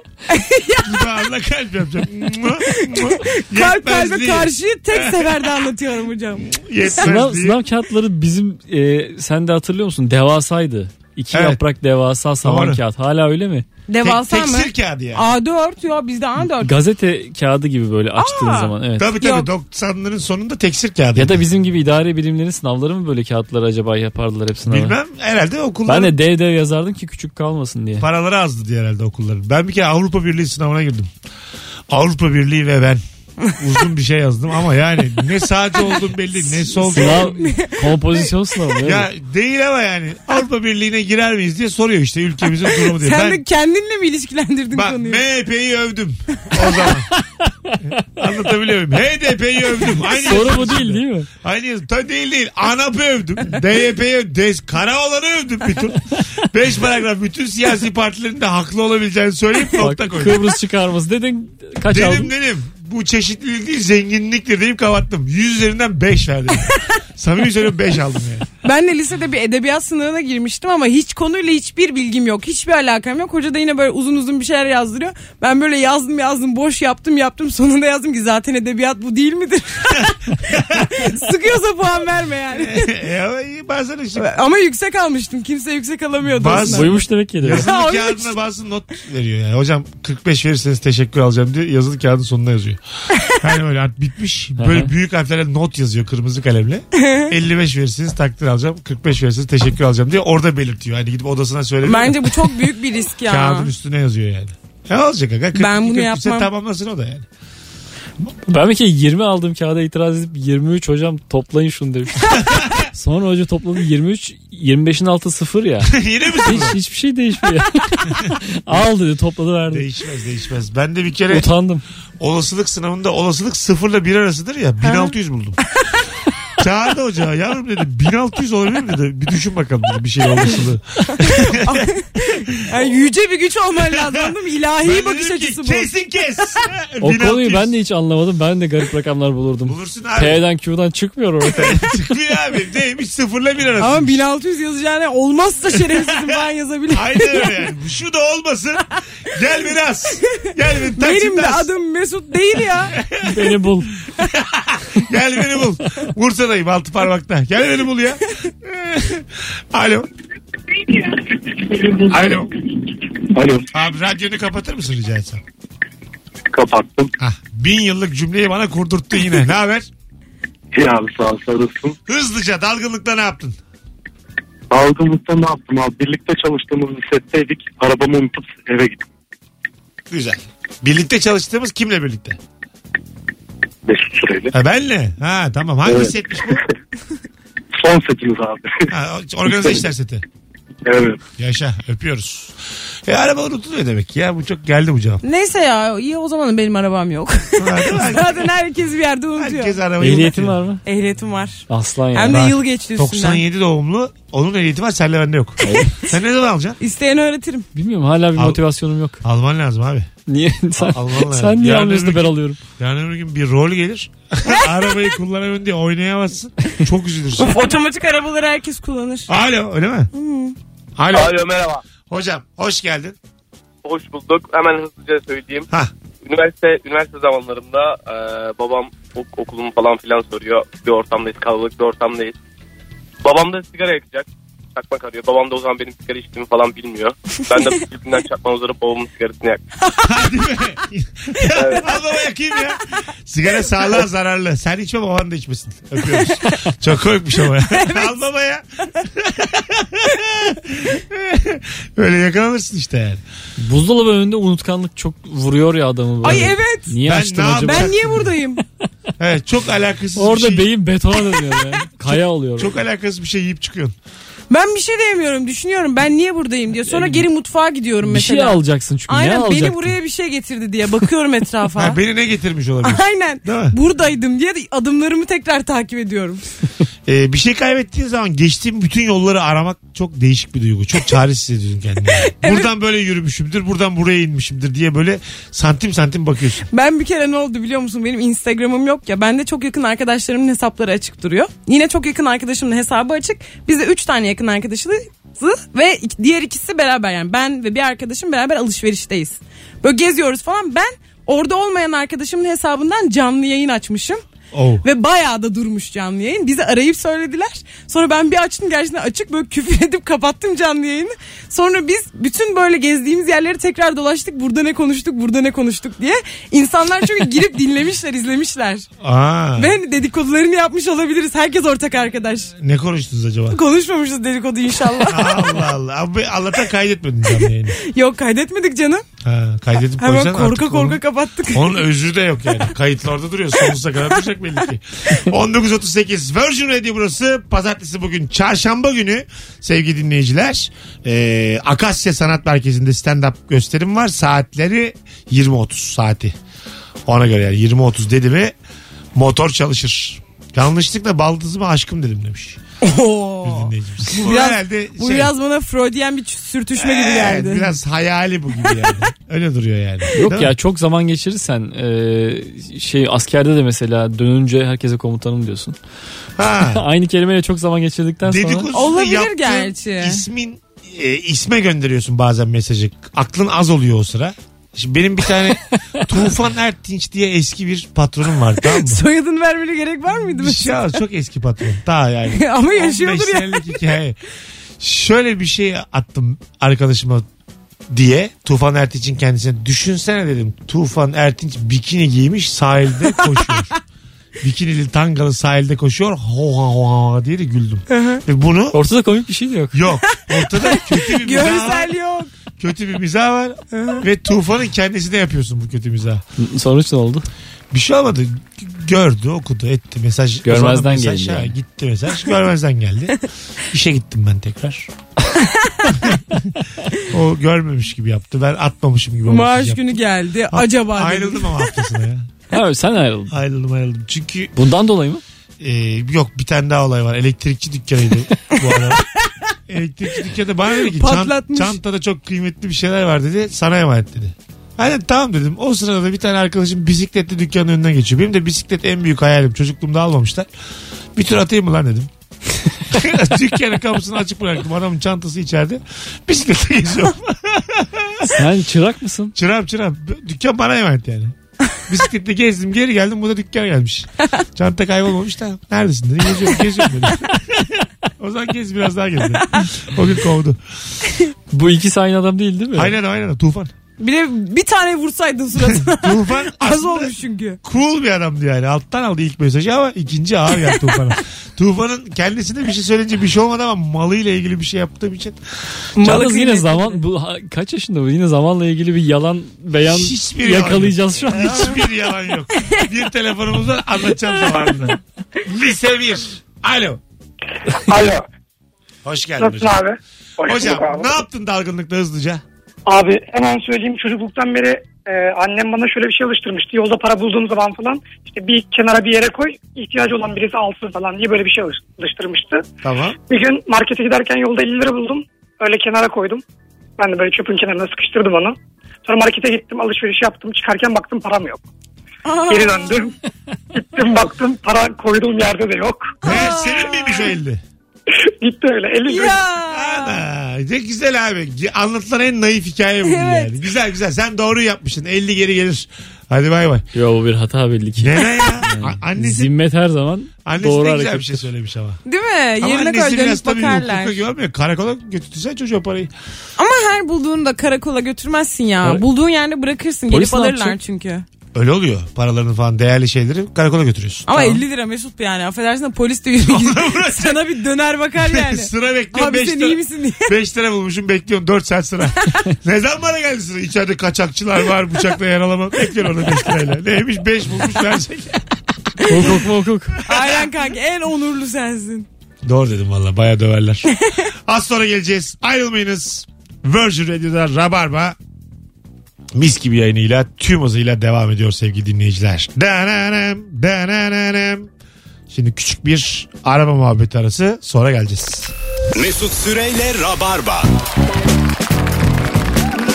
Speaker 2: Dudağına kalp yapacağım. Mua, mua.
Speaker 4: kalp kalbe
Speaker 2: Yetmezliği,
Speaker 4: karşıyı tek seferde anlatıyorum hocam.
Speaker 2: yetmezliği.
Speaker 3: Sınav, sınav kağıtları bizim e, sen de hatırlıyor musun? Devasaydı. İki
Speaker 2: Evet.
Speaker 3: yaprak devasa saman
Speaker 2: Doğru.
Speaker 3: kağıt. Hala öyle mi?
Speaker 2: Tek,
Speaker 4: Devasa mı?
Speaker 2: tekstil kağıdı yani.
Speaker 4: A4 ya bizde A4.
Speaker 3: Gazete kağıdı gibi böyle açtığın
Speaker 4: Aa.
Speaker 3: zaman. Evet.
Speaker 2: Tabii tabii
Speaker 4: Yok.
Speaker 2: 90'ların sonunda tekstil kağıdı.
Speaker 3: Ya da bizim gibi idare bilimlerin sınavları mı böyle kağıtları acaba yapardılar hepsini?
Speaker 2: Bilmem herhalde okulların
Speaker 3: Ben de dev dev yazardım ki küçük kalmasın diye.
Speaker 2: paraları azdı diye herhalde okulların. Ben bir kere Avrupa Birliği sınavına girdim. Avrupa Birliği ve ben. Uzun bir şey yazdım ama yani ne sağcı olduğum belli ne solcu
Speaker 3: Sınav
Speaker 2: olduğum
Speaker 3: kompozisyon sınavı. evet.
Speaker 2: Ya değil ama yani Avrupa Birliği'ne girer miyiz diye soruyor işte ülkemizin durumu diye.
Speaker 4: Sen
Speaker 2: ben
Speaker 4: de kendinle mi ilişkilendirdin
Speaker 2: bak
Speaker 4: konuyu?
Speaker 2: MHP'yi övdüm o zaman. Anlatabiliyor muyum? HDP'yi övdüm. Aynı
Speaker 3: Soru
Speaker 2: yazı
Speaker 3: bu
Speaker 2: içinde.
Speaker 3: değil değil mi?
Speaker 2: Aynı yazı. Ta değil değil. ANAP'ı övdüm. DYP'yi övdüm. Des, Karaoğlan'ı övdüm bir tur. Beş paragraf bütün siyasi partilerin de haklı olabileceğini söyleyip
Speaker 3: Bak,
Speaker 2: nokta koydum.
Speaker 3: Kıbrıs çıkarması dedin kaç aldın?
Speaker 2: Dedim dedim. Bu çeşitlilik değil zenginliktir deyip kapattım. Yüz üzerinden beş verdim. Samimi söylüyorum beş aldım yani.
Speaker 4: Ben de lisede bir edebiyat sınavına girmiştim ama hiç konuyla hiçbir bilgim yok. Hiçbir alakam yok. Hoca da yine böyle uzun uzun bir şeyler yazdırıyor. Ben böyle yazdım yazdım boş yaptım yaptım. Sonunda yazdım ki zaten edebiyat bu değil midir? Sıkıyorsa puan verme yani.
Speaker 2: E, ama iyi, bazen işte.
Speaker 4: ama yüksek almıştım. Kimse yüksek alamıyordu.
Speaker 2: Bazı-
Speaker 4: aslında.
Speaker 3: Buymuş demek ki. dedim.
Speaker 2: Yazılı
Speaker 4: Oymuş.
Speaker 2: kağıdına bazı not veriyor yani. Hocam 45 verirseniz teşekkür alacağım diyor. Yazılı kağıdın sonuna yazıyor. Yani öyle artık bitmiş. Böyle büyük harflerle not yazıyor kırmızı kalemle. 55 verirseniz takdir alacağım. 45 verirseniz teşekkür alacağım diye orada belirtiyor. Hani gidip odasına söylemiyor.
Speaker 4: Bence bu çok büyük bir risk ya.
Speaker 2: Kağıdın üstüne yazıyor yani. Ne olacak aga? 42,
Speaker 4: Ben bunu
Speaker 2: 43 ise
Speaker 4: yapmam.
Speaker 2: tamamlasın o da yani.
Speaker 3: Ben bir kere 20 aldığım kağıda itiraz edip 23 hocam toplayın şunu demiş. Sonra hoca topladı 23 25'in altı sıfır ya.
Speaker 2: Yine mi
Speaker 3: Hiç, hiçbir şey değişmiyor. Al dedi topladı verdi.
Speaker 2: Değişmez değişmez. Ben de bir kere
Speaker 3: Utandım.
Speaker 2: olasılık sınavında olasılık sıfırla bir arasıdır ya. 1600 buldum. Çağırdı ocağa. Yavrum dedi 1600 olabilir mi dedi. Bir düşün bakalım dedi, bir şey olmasını.
Speaker 4: Yani yüce bir güç olman lazım anladın mı?
Speaker 2: Ben
Speaker 4: İlahi
Speaker 2: dedim
Speaker 4: bakış
Speaker 2: ki,
Speaker 4: açısı bu.
Speaker 2: Kesin kes.
Speaker 3: O
Speaker 2: 1600.
Speaker 3: konuyu ben de hiç anlamadım. Ben de garip rakamlar bulurdum.
Speaker 2: Bulursun abi.
Speaker 3: P'den Q'dan çıkmıyor ortaya.
Speaker 2: Çıkmıyor abi. Neymiş sıfırla bir arası.
Speaker 4: Ama 1600 yazacağına olmazsa şerefsizim ben yazabilirim.
Speaker 2: Aynen öyle yani. Şu da olmasın. Gel biraz. Gel beni
Speaker 4: Benim de
Speaker 2: taksitle as.
Speaker 4: adım Mesut değil ya.
Speaker 3: Beni bul.
Speaker 2: Gel beni bul. Bursa'dayım altı parmakta. Gel beni bul ya. Alo. Alo.
Speaker 9: Alo
Speaker 2: Abi radyonu kapatır mısın rica etsem?
Speaker 9: kapattım.
Speaker 2: Hah, bin yıllık cümleyi bana kurdurttun yine. Ne haber?
Speaker 9: İyi abi sağ ol sarılsın.
Speaker 2: Hızlıca dalgınlıkta ne yaptın?
Speaker 9: Dalgınlıkta ne yaptım abi? Birlikte çalıştığımız bir setteydik. Arabamı unutup eve gittim.
Speaker 2: Güzel. Birlikte çalıştığımız kimle birlikte?
Speaker 9: Mesut Süreyli.
Speaker 2: Ha, benle. Ha tamam. Hangi
Speaker 9: Evet.
Speaker 2: setmiş bu?
Speaker 9: Son setimiz abi.
Speaker 2: Ha, organize işler seti.
Speaker 9: evet.
Speaker 2: Yaşa öpüyoruz. E araba unutuluyor demek ki ya. Bu çok geldi bu cevap.
Speaker 4: Neyse ya iyi o zaman benim arabam yok.
Speaker 2: Ha, değil mi?
Speaker 4: Zaten herkes bir yerde unutuyor.
Speaker 2: Herkes arabayı
Speaker 3: Ehliyetin
Speaker 2: unutuyor.
Speaker 3: var mı?
Speaker 4: Ehliyetim var.
Speaker 3: Aslan ya.
Speaker 4: Hem de
Speaker 2: var.
Speaker 4: yıl geçti üstünden.
Speaker 2: 97 doğumlu. Onun ehliyeti var. Senle bende yok. Sen ne zaman alacaksın?
Speaker 4: İsteyeni öğretirim.
Speaker 3: Bilmiyorum hala bir
Speaker 2: Al-
Speaker 3: motivasyonum yok.
Speaker 2: Alman lazım abi.
Speaker 3: Niye? Sen,
Speaker 2: Al- al vallahi.
Speaker 3: sen niye
Speaker 2: Yarın
Speaker 3: alıyorsun da
Speaker 2: öbür
Speaker 3: ben
Speaker 2: gün-
Speaker 3: alıyorum?
Speaker 2: Yani öbür gün bir rol gelir. Arabayı kullanamıyorsun diye oynayamazsın. Çok üzülürsün.
Speaker 4: Of otomatik arabaları herkes kullanır.
Speaker 2: Alo öyle mi? Alo.
Speaker 5: merhaba.
Speaker 2: Hocam hoş geldin.
Speaker 5: Hoş bulduk. Hemen hızlıca söyleyeyim.
Speaker 2: Hah.
Speaker 5: Üniversite üniversite zamanlarında e, babam ok- okulumu falan filan soruyor. Bir ortamdayız, kalabalık bir ortamdayız. Babam da sigara yakacak. Çakmak arıyor. Babam da o zaman benim sigara içtiğimi falan bilmiyor. Ben de cebimden çakmağı uzarıp babamın sigarasını yak.
Speaker 2: Hadi be. Al baba yakayım ya. Sigara sağlığa zararlı. Sen içme baban da içmesin. Öpüyoruz. Çok komikmiş ama ya. Al baba ya. Öyle yakalanırsın işte yani.
Speaker 3: Buzdolabı önünde unutkanlık çok vuruyor ya adamı böyle.
Speaker 4: Ay evet.
Speaker 3: Niye
Speaker 2: Ben ne
Speaker 3: açtım acaba?
Speaker 4: Ben niye buradayım?
Speaker 2: Evet, çok alakasız
Speaker 3: Orada
Speaker 2: bir şey.
Speaker 3: beyin betona dönüyor ya. Kaya oluyor.
Speaker 2: Çok alakasız bir şey yiyip çıkıyorsun.
Speaker 4: Ben bir şey demiyorum. Düşünüyorum ben niye buradayım diye. Sonra geri mutfağa
Speaker 3: Ee,
Speaker 4: gidiyorum
Speaker 3: bir
Speaker 4: mesela.
Speaker 3: şey alacaksın çünkü. ne
Speaker 4: Aynen
Speaker 3: alacaktın?
Speaker 4: beni buraya bir şey getirdi diye bakıyorum etrafa.
Speaker 2: Ha, beni ne getirmiş olabilir?
Speaker 4: Aynen.
Speaker 2: Değil mi?
Speaker 4: Buradaydım diye de adımlarımı tekrar takip ediyorum.
Speaker 2: Ee, bir şey kaybettiğin zaman geçtiğin bütün yolları aramak çok değişik bir duygu. Çok çaresiz hissediyorsun kendini. Buradan böyle yürümüşümdür, buradan buraya inmişimdir diye böyle santim santim bakıyorsun.
Speaker 4: Ben bir kere ne oldu biliyor musun? Benim Instagram'ım yok ya. Bende çok yakın arkadaşlarımın hesapları açık duruyor. Yine çok yakın arkadaşımın hesabı açık. Biz de 3 tane yakın arkadaşımız ve ik- diğer ikisi beraber yani ben ve bir arkadaşım beraber alışverişteyiz. Böyle geziyoruz falan. Ben orada olmayan arkadaşımın hesabından canlı yayın açmışım.
Speaker 2: Oh.
Speaker 4: Ve bayağı da durmuş canlı yayın. Bizi arayıp söylediler. Sonra ben bir açtım gerçekten açık böyle küfür edip kapattım canlı yayını. Sonra biz bütün böyle gezdiğimiz yerleri tekrar dolaştık. Burada ne konuştuk, burada ne konuştuk diye. İnsanlar çünkü girip dinlemişler, izlemişler.
Speaker 2: Aa,
Speaker 4: Ve hani dedikodularını yapmış olabiliriz. Herkes ortak arkadaş.
Speaker 2: Ne konuştunuz acaba?
Speaker 4: Konuşmamışız dedikodu inşallah.
Speaker 2: Allah Allah. Abi Allah'tan kaydetmedin canlı yayını.
Speaker 4: Yok kaydetmedik canım.
Speaker 2: Ha, kaydedip
Speaker 4: Hemen
Speaker 2: koysan
Speaker 4: korka
Speaker 2: artık
Speaker 4: korka
Speaker 2: onun-
Speaker 4: kapattık.
Speaker 2: Onun özrü de yok yani. Kayıtlarda duruyor. Sonsuza kadar duracak belli ki. 19.38 Virgin Radio burası. Pazartesi bugün. Çarşamba günü sevgili dinleyiciler. E, Akasya Sanat Merkezi'nde stand-up gösterim var. Saatleri 20.30 saati. Ona göre yani 20.30 dedi mi motor çalışır. Yanlışlıkla baldızıma aşkım dedim demiş. Bir
Speaker 4: Oo.
Speaker 2: dinleyicimiz.
Speaker 4: Bu
Speaker 2: Bu
Speaker 4: biraz,
Speaker 2: herhalde
Speaker 4: bu
Speaker 2: şey-
Speaker 4: biraz bana Freudian bir sürtüşme gibi
Speaker 2: Evet,
Speaker 4: geldi.
Speaker 2: Ee, Biraz hayali bu gibi yani. Öyle duruyor yani.
Speaker 3: Yok
Speaker 2: Değil
Speaker 3: ya
Speaker 2: mi?
Speaker 3: çok zaman geçirirsen e, şey askerde de mesela dönünce herkese komutanım diyorsun.
Speaker 2: Ha.
Speaker 3: Aynı kelimeyle çok zaman geçirdikten sonra
Speaker 2: Dedikodusunu
Speaker 4: Olabilir
Speaker 2: yaptığın
Speaker 4: gerçi.
Speaker 2: Ismin e, isme gönderiyorsun bazen mesajı. Aklın az oluyor o sıra. Şimdi benim bir tane Tufan Ertinç diye eski bir patronum var tamam mı?
Speaker 4: Soyadını vermeli gerek var mıydı?
Speaker 2: Bir şey al, çok eski patron. Daha yani.
Speaker 4: Ama
Speaker 2: 15
Speaker 4: yaşıyordur ya.
Speaker 2: senelik hikaye. Şöyle bir şey attım arkadaşıma diye Tufan Ertinç'in kendisine düşünsene dedim. Tufan Ertinç bikini giymiş sahilde koşuyor. Bikinili tangalı sahilde koşuyor. Hoha hoha diye de güldüm. Ve bunu
Speaker 3: ortada komik bir şey de yok.
Speaker 2: Yok. Ortada kötü bir mizah var.
Speaker 4: Görsel yok.
Speaker 2: Kötü bir mizah var. ve tufanın kendisine yapıyorsun bu kötü mizahı.
Speaker 3: Sonuç ne oldu?
Speaker 2: Bir şey olmadı. Gördü, okudu, etti. Mesaj.
Speaker 3: Görmezden
Speaker 2: o zaman mesaj,
Speaker 3: geldi
Speaker 2: ha,
Speaker 3: yani.
Speaker 2: Gitti mesaj. Görmezden geldi. İşe gittim ben tekrar. o görmemiş gibi yaptı. Ben atmamışım gibi. o mesajı
Speaker 4: Maaş
Speaker 2: yaptı.
Speaker 4: günü geldi.
Speaker 2: Ha,
Speaker 4: Acaba dedim.
Speaker 2: Ayrıldım ama haftasına ya.
Speaker 3: Ha, sen ayrıldın.
Speaker 2: Ayrıldım ayrıldım. Çünkü
Speaker 3: Bundan dolayı mı?
Speaker 2: e, yok bir tane daha olay var. Elektrikçi dükkanıydı bu adam. Elektrikçi dükkanı bana dedi ki "Çan-
Speaker 4: Patlatmış.
Speaker 2: çantada çok kıymetli bir şeyler var dedi. Sana emanet dedi. Hani tamam dedim. O sırada da bir tane arkadaşım bisikletli dükkanın önünden geçiyor. Benim de bisiklet en büyük hayalim. Çocukluğumda almamışlar. Bir tur atayım mı lan dedim. Dükkanın kapısını açık bıraktım. Adamın çantası içeride. Bisikletle geziyorum.
Speaker 3: Sen çırak mısın?
Speaker 2: Çırap çırap. Dükkan bana emanet yani. Bisikletle gezdim geri geldim bu da dükkan gelmiş. Çanta kaybolmamış da neredesin dedi. Geziyorum geziyorum dedi. o zaman gez biraz daha gez dedi. O gün kovdu.
Speaker 3: Bu ikisi aynı adam değil değil mi?
Speaker 2: Aynen aynen tufan.
Speaker 4: Bir de bir tane vursaydın suratına.
Speaker 2: Tufan
Speaker 4: Az
Speaker 2: aslında
Speaker 4: olmuş çünkü.
Speaker 2: cool bir adamdı yani. Alttan aldı ilk mesajı ama ikinci ağır geldi Tufan'a. Tufan'ın kendisine bir şey söyleyince bir şey olmadı ama malıyla ilgili bir şey yaptığım için
Speaker 3: Yalnız yine
Speaker 4: kıymetli.
Speaker 3: zaman bu ha- kaç yaşında bu? Yine zamanla ilgili bir yalan beyan
Speaker 2: Hiçbir yalan
Speaker 3: yakalayacağız şu an.
Speaker 2: hiçbir yalan yok. Bir telefonumuz var anlatacağım zamanında. Lise 1. Alo.
Speaker 10: Alo.
Speaker 2: Hoş geldin
Speaker 10: Nasılsın
Speaker 2: hocam.
Speaker 10: abi? Hoş
Speaker 2: Hocam
Speaker 10: bulduk abi.
Speaker 2: ne yaptın dalgınlıkla hızlıca?
Speaker 10: Abi hemen söyleyeyim çocukluktan beri e, annem bana şöyle bir şey alıştırmıştı. Yolda para bulduğum zaman falan işte bir kenara bir yere koy ihtiyacı olan birisi alsın falan diye böyle bir şey alış- alıştırmıştı.
Speaker 2: Tamam.
Speaker 10: Bir gün markete giderken yolda 50 lira buldum. Öyle kenara koydum. Ben de böyle çöpün kenarına sıkıştırdım onu. Sonra markete gittim alışveriş yaptım. Çıkarken baktım param yok.
Speaker 4: Aa.
Speaker 10: Geri döndüm. gittim baktım para koyduğum yerde de yok.
Speaker 2: Meğer senin miymiş o elli?
Speaker 10: Gitti öyle 50 lira.
Speaker 4: Ya.
Speaker 2: Ana, ne güzel abi. Ge- Anlatılan en naif hikaye bu
Speaker 4: Evet.
Speaker 2: yani. Güzel güzel. Sen doğru yapmışsın. 50 geri gelir. Hadi bay bay.
Speaker 3: Yo bu bir hata belli ki.
Speaker 2: Neden ya? A- annesi,
Speaker 3: Zimmet her zaman
Speaker 2: annesi
Speaker 3: doğru
Speaker 2: ne güzel
Speaker 3: hareket.
Speaker 2: bir şey söylemiş ama.
Speaker 4: Değil mi?
Speaker 2: Ama
Speaker 4: Yerine koy
Speaker 2: annesi biraz
Speaker 4: dönüp
Speaker 2: tabii
Speaker 4: bakarlar.
Speaker 2: hukuka görmüyor. Karakola götürsen çocuğa parayı.
Speaker 4: Ama her bulduğunda karakola götürmezsin ya.
Speaker 3: Evet.
Speaker 4: Bulduğun yerde bırakırsın.
Speaker 3: Polis
Speaker 4: Gelip
Speaker 3: ne
Speaker 4: alırlar
Speaker 3: yapacak?
Speaker 4: çünkü.
Speaker 2: Öyle oluyor. Paralarını falan değerli şeyleri karakola götürüyorsun.
Speaker 4: Ama 50 lira Mesut yani. Affedersin de polis de yürü. Sana bir döner bakar yani.
Speaker 2: sıra bekliyor
Speaker 4: Abi
Speaker 2: 5
Speaker 4: sen iyi
Speaker 2: lira.
Speaker 4: misin diye.
Speaker 2: 5 lira bulmuşum bekliyorum 4 saat sıra. ne zaman bana geldi sıra? İçeride kaçakçılar var bıçakla yaralama. Bekliyorum orada 5 lirayla. Neymiş 5 bulmuş verecek.
Speaker 3: Hukuk mu hukuk?
Speaker 4: Aynen kanka en onurlu sensin.
Speaker 2: Doğru dedim valla baya döverler. Az sonra geleceğiz. Ayrılmayınız. Virgin Radio'da Rabarba mis gibi yayınıyla tüm hızıyla devam ediyor sevgili dinleyiciler. Dananam, dananam. Şimdi küçük bir araba muhabbeti arası sonra geleceğiz.
Speaker 1: Mesut Süreyle Rabarba.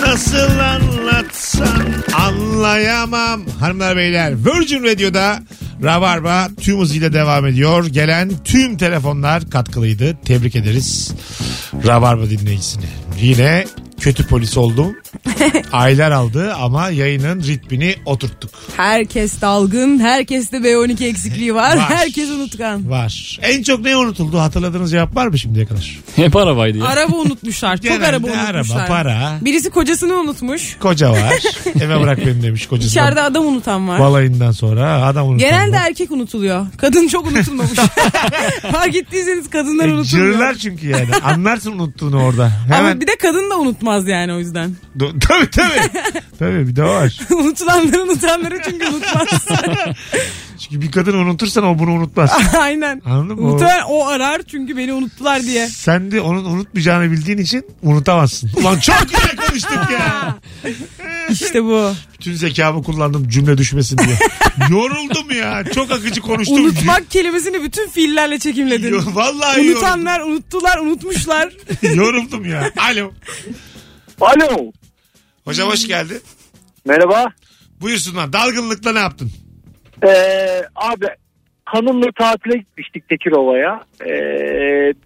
Speaker 2: Nasıl anlatsan anlayamam. Hanımlar beyler Virgin Radio'da Rabarba tüm hızıyla devam ediyor. Gelen tüm telefonlar katkılıydı. Tebrik ederiz Rabarba dinleyicisini. Yine kötü polis oldum. Aylar aldı ama yayının ritmini oturttuk.
Speaker 4: Herkes dalgın, herkeste B12 eksikliği var,
Speaker 2: Var.
Speaker 4: herkes unutkan.
Speaker 2: Var. En çok ne unutuldu? Hatırladığınız cevap var mı şimdiye kadar?
Speaker 3: Hep arabaydı ya.
Speaker 4: Araba unutmuşlar, çok
Speaker 2: Genelde
Speaker 4: araba
Speaker 2: araba,
Speaker 4: unutmuşlar.
Speaker 2: para.
Speaker 4: Birisi kocasını unutmuş,
Speaker 2: Koca var. Eve bırak beni demiş kocası.
Speaker 4: içeride adam unutan var.
Speaker 2: Balayından sonra adam unutan
Speaker 4: Genelde
Speaker 2: var.
Speaker 4: erkek unutuluyor. Kadın çok unutulmamış. Fark ettiyseniz kadınlar
Speaker 2: E,
Speaker 4: unutuluyor.
Speaker 2: Cırlar çünkü yani. Anlarsın unuttuğunu orada. Hemen
Speaker 4: Ama bir de kadın da unutmaz yani o yüzden.
Speaker 2: Do- tabii tabii. tabii bir de o var.
Speaker 4: Unutulanları unutanları çünkü unutmaz.
Speaker 2: Çünkü bir kadın unutursan o bunu unutmaz.
Speaker 4: Aynen.
Speaker 2: Anladın mı?
Speaker 4: Muhtemelen o arar çünkü beni unuttular diye.
Speaker 2: Sen de onun unutmayacağını bildiğin için unutamazsın. Ulan çok güzel konuştuk ya.
Speaker 4: İşte bu.
Speaker 2: Bütün zekamı kullandım cümle düşmesin diye. Yoruldum ya. Çok akıcı konuştum.
Speaker 4: Unutmak kelimesini bütün fiillerle çekimledin.
Speaker 2: Yo- Vallahi yoruldum.
Speaker 4: Unutanlar unuttular unutmuşlar.
Speaker 2: yoruldum ya. Alo.
Speaker 9: Alo.
Speaker 2: Hocam hoş geldin.
Speaker 9: Merhaba.
Speaker 2: Buyursunlar. Dalgınlıkla ne yaptın?
Speaker 9: Ee, abi hanımla tatile gitmiştik Tekirova'ya. Ee,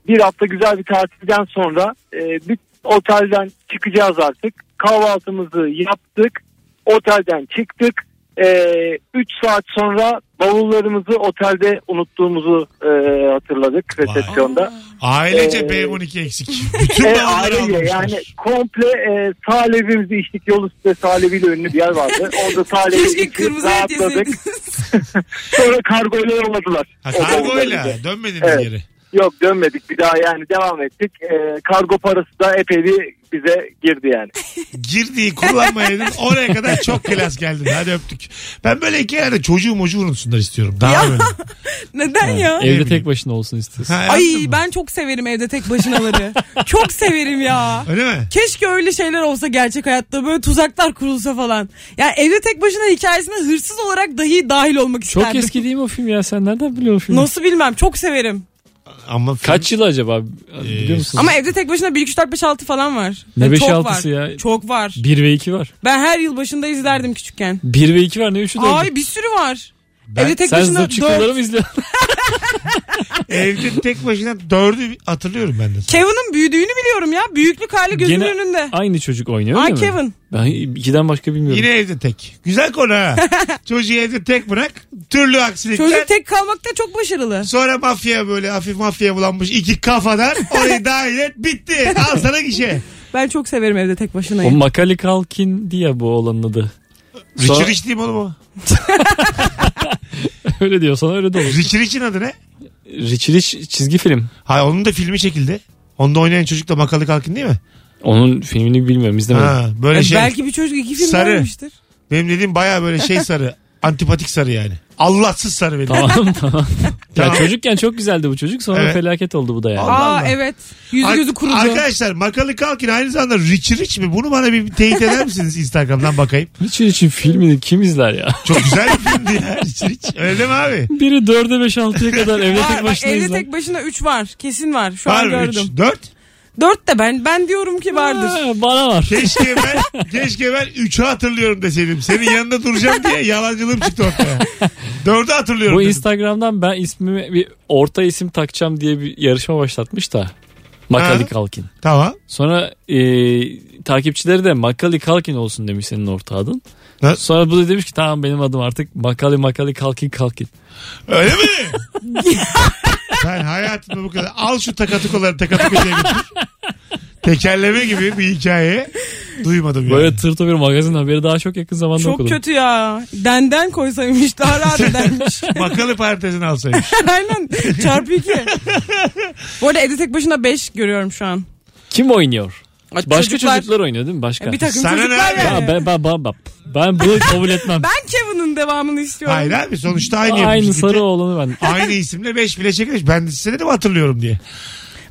Speaker 9: bir hafta güzel bir tatilden sonra e, bir otelden çıkacağız artık. Kahvaltımızı yaptık. Otelden çıktık. 3 saat sonra bavullarımızı otelde unuttuğumuzu e, hatırladık
Speaker 2: Vay.
Speaker 9: resepsiyonda.
Speaker 2: Ailece
Speaker 9: Ee,
Speaker 2: B12 eksik. Bütün
Speaker 9: E,
Speaker 2: bağları
Speaker 9: ailece
Speaker 2: almışlar.
Speaker 9: yani komple e, salebimizi içtik. Yol üstünde salebiyle ünlü bir yer vardı. Orada salebi
Speaker 4: Keşke
Speaker 9: içtik,
Speaker 4: kırmızı et
Speaker 9: rahatladık.
Speaker 4: yeseydiniz.
Speaker 9: Sonra kargoyla yolladılar.
Speaker 2: Ha,
Speaker 9: O bavulları bize.
Speaker 2: kargoyla dönmedin
Speaker 9: Evet.
Speaker 2: geri.
Speaker 9: Yok dönmedik bir daha yani devam ettik. Ee, kargo parası da epey bir bize girdi yani.
Speaker 2: Girdiği kullanmayaydın oraya kadar çok klas geldin. Hadi öptük. Ben böyle iki yerde çocuğu mocuğu unutsunlar istiyorum. Daha böyle.
Speaker 4: Neden ya?
Speaker 3: Evde
Speaker 2: bileyim.
Speaker 3: tek başına olsun istiyorsun.
Speaker 2: Ha,
Speaker 4: Ay
Speaker 2: yaptın mı?
Speaker 4: ben çok severim evde tek başınaları. çok severim ya.
Speaker 2: Öyle mi?
Speaker 4: Keşke öyle şeyler olsa gerçek hayatta böyle tuzaklar kurulsa falan. Ya evde tek başına hikayesine hırsız olarak dahi dahil olmak
Speaker 3: Çok
Speaker 4: isterdim.
Speaker 3: eski değil mi o film ya? Sen nereden biliyorsun o filmi?
Speaker 4: Nasıl bilmem çok severim.
Speaker 2: Ama film-
Speaker 3: Kaç yıl acaba? Biliyor musun?
Speaker 4: Ama evde tek başına 1 2 3 4 5 6 falan var.
Speaker 3: Ne
Speaker 4: Yani
Speaker 3: beş
Speaker 4: çok
Speaker 3: altısı
Speaker 4: var.
Speaker 3: ya?
Speaker 4: Çok var.
Speaker 3: 1 ve 2 var.
Speaker 4: Ben her yıl başında izlerdim küçükken.
Speaker 3: 1 ve 2 var ne 3'ü de
Speaker 4: Ay bir sürü var. evde tek
Speaker 3: Sen
Speaker 4: başına
Speaker 3: zıp
Speaker 4: dört.
Speaker 3: çıktıları mı izliyorsun?
Speaker 2: evde tek başına dördü hatırlıyorum ben de.
Speaker 4: Kevin'in büyüdüğünü biliyorum ya. Büyüklük hali gözümün
Speaker 3: Gene
Speaker 4: önünde.
Speaker 3: Aynı çocuk oynuyor
Speaker 4: Ay
Speaker 3: değil mi?
Speaker 4: Kevin.
Speaker 3: Ben 2'den başka bilmiyorum.
Speaker 2: Yine evde tek. Güzel konu ha. Çocuğu evde tek bırak. Türlü aksilikler.
Speaker 4: Çocuk tek kalmakta çok başarılı.
Speaker 2: Sonra mafya böyle hafif mafya bulanmış iki kafadan orayı dahil et bitti. Al sana gişe.
Speaker 4: Ben çok severim evde tek
Speaker 3: O
Speaker 4: başınayım.
Speaker 3: Macaulay Culkin diye bu olanın adı. Sonra-
Speaker 2: Richard Rich değil mi oğlum o?
Speaker 3: öyle diyorsan öyle de olur.
Speaker 2: Richard Rich'in adı ne?
Speaker 3: Rich Rich çizgi film.
Speaker 2: Hayır onun da filmi çekildi. Onda oynayan çocuk da makalı kalkın değil mi?
Speaker 3: Onun filmini bilmiyorum izlemedim.
Speaker 2: Ha, böyle
Speaker 4: E,
Speaker 2: şey.
Speaker 4: Belki bir çocuk iki film
Speaker 2: Sarı.
Speaker 4: görmüştür.
Speaker 2: Benim dediğim baya böyle şey sarı. antipatik sarı yani. Allahsız sarı benim.
Speaker 3: Tamam tamam. ya
Speaker 2: Tamam.
Speaker 3: çocukken çok güzeldi bu çocuk sonra
Speaker 2: Evet.
Speaker 3: felaket oldu bu da yani.
Speaker 2: Allah
Speaker 4: Aa
Speaker 2: Allah.
Speaker 4: evet. Yüzü
Speaker 2: Ar-
Speaker 4: gözü kurudu.
Speaker 2: Arkadaşlar makalı kalkın aynı zamanda Richard Rich mi? Bunu bana bir teyit eder misiniz Instagram'dan bakayım.
Speaker 3: Rich Rich'in filmini kim izler ya?
Speaker 2: Çok güzel bir filmdi ya Richard Rich. Öyle değil mi abi?
Speaker 3: Biri 4'e 5 6'ya kadar evde
Speaker 4: Var,
Speaker 3: tek
Speaker 4: bak,
Speaker 3: başına
Speaker 4: evde
Speaker 3: izler.
Speaker 4: tek başına 3 var. Kesin var. Şu
Speaker 2: Var
Speaker 4: an
Speaker 2: mı?
Speaker 4: gördüm.
Speaker 2: Üç, dört.
Speaker 4: 4 de ben ben diyorum ki vardır.
Speaker 3: Ha, bana var.
Speaker 2: Keşke ben, keşke ben 3'ü hatırlıyorum deseydim. Senin yanında duracağım diye yalancılığım çıktı ortaya. 4'ü hatırlıyorum
Speaker 3: Bu
Speaker 2: dedim.
Speaker 3: Instagram'dan ben ismimi bir orta isim takacağım diye bir yarışma başlatmış da. Macaulay
Speaker 2: Ha.
Speaker 3: Culkin.
Speaker 2: Tamam.
Speaker 3: Sonra e, takipçileri de Macaulay Culkin olsun demiş senin orta adın.
Speaker 2: Ha.
Speaker 3: Sonra bu da demiş ki tamam benim adım artık Macaulay Macaulay Culkin Culkin.
Speaker 2: Öyle mi? ben hayatımda bu kadar. Al şu takatukaları takatukucuya götür. Tekerleme gibi bir hikaye duymadım
Speaker 3: Böyle
Speaker 2: yani.
Speaker 3: tırtı bir magazin haberi daha çok yakın zamanda
Speaker 4: Çok
Speaker 3: okudum.
Speaker 4: kötü ya. Denden koysaymış daha rahat edermiş.
Speaker 2: Makalı parantezini alsaymış.
Speaker 4: Aynen. Çarpı 2. Bu arada evde tek başına 5 görüyorum şu an.
Speaker 3: Kim oynuyor? Başka
Speaker 4: Çocuklar- E,
Speaker 3: çocuklar, oynuyor değil mi? Başka.
Speaker 4: Bir takım
Speaker 2: Sana ne
Speaker 4: çocuklar
Speaker 2: abi?
Speaker 4: yani.
Speaker 3: Ya ben, ben, ben, ben, ben bunu kabul etmem.
Speaker 4: Ben Kevin'in devamını istiyorum.
Speaker 2: Hayır abi sonuçta aynı
Speaker 3: Aynı,
Speaker 2: yapmış.
Speaker 3: sarı
Speaker 2: Gitti.
Speaker 3: oğlanı ben.
Speaker 2: Aynı isimle 5 bile çekilmiş. Ben de size dedim hatırlıyorum diye.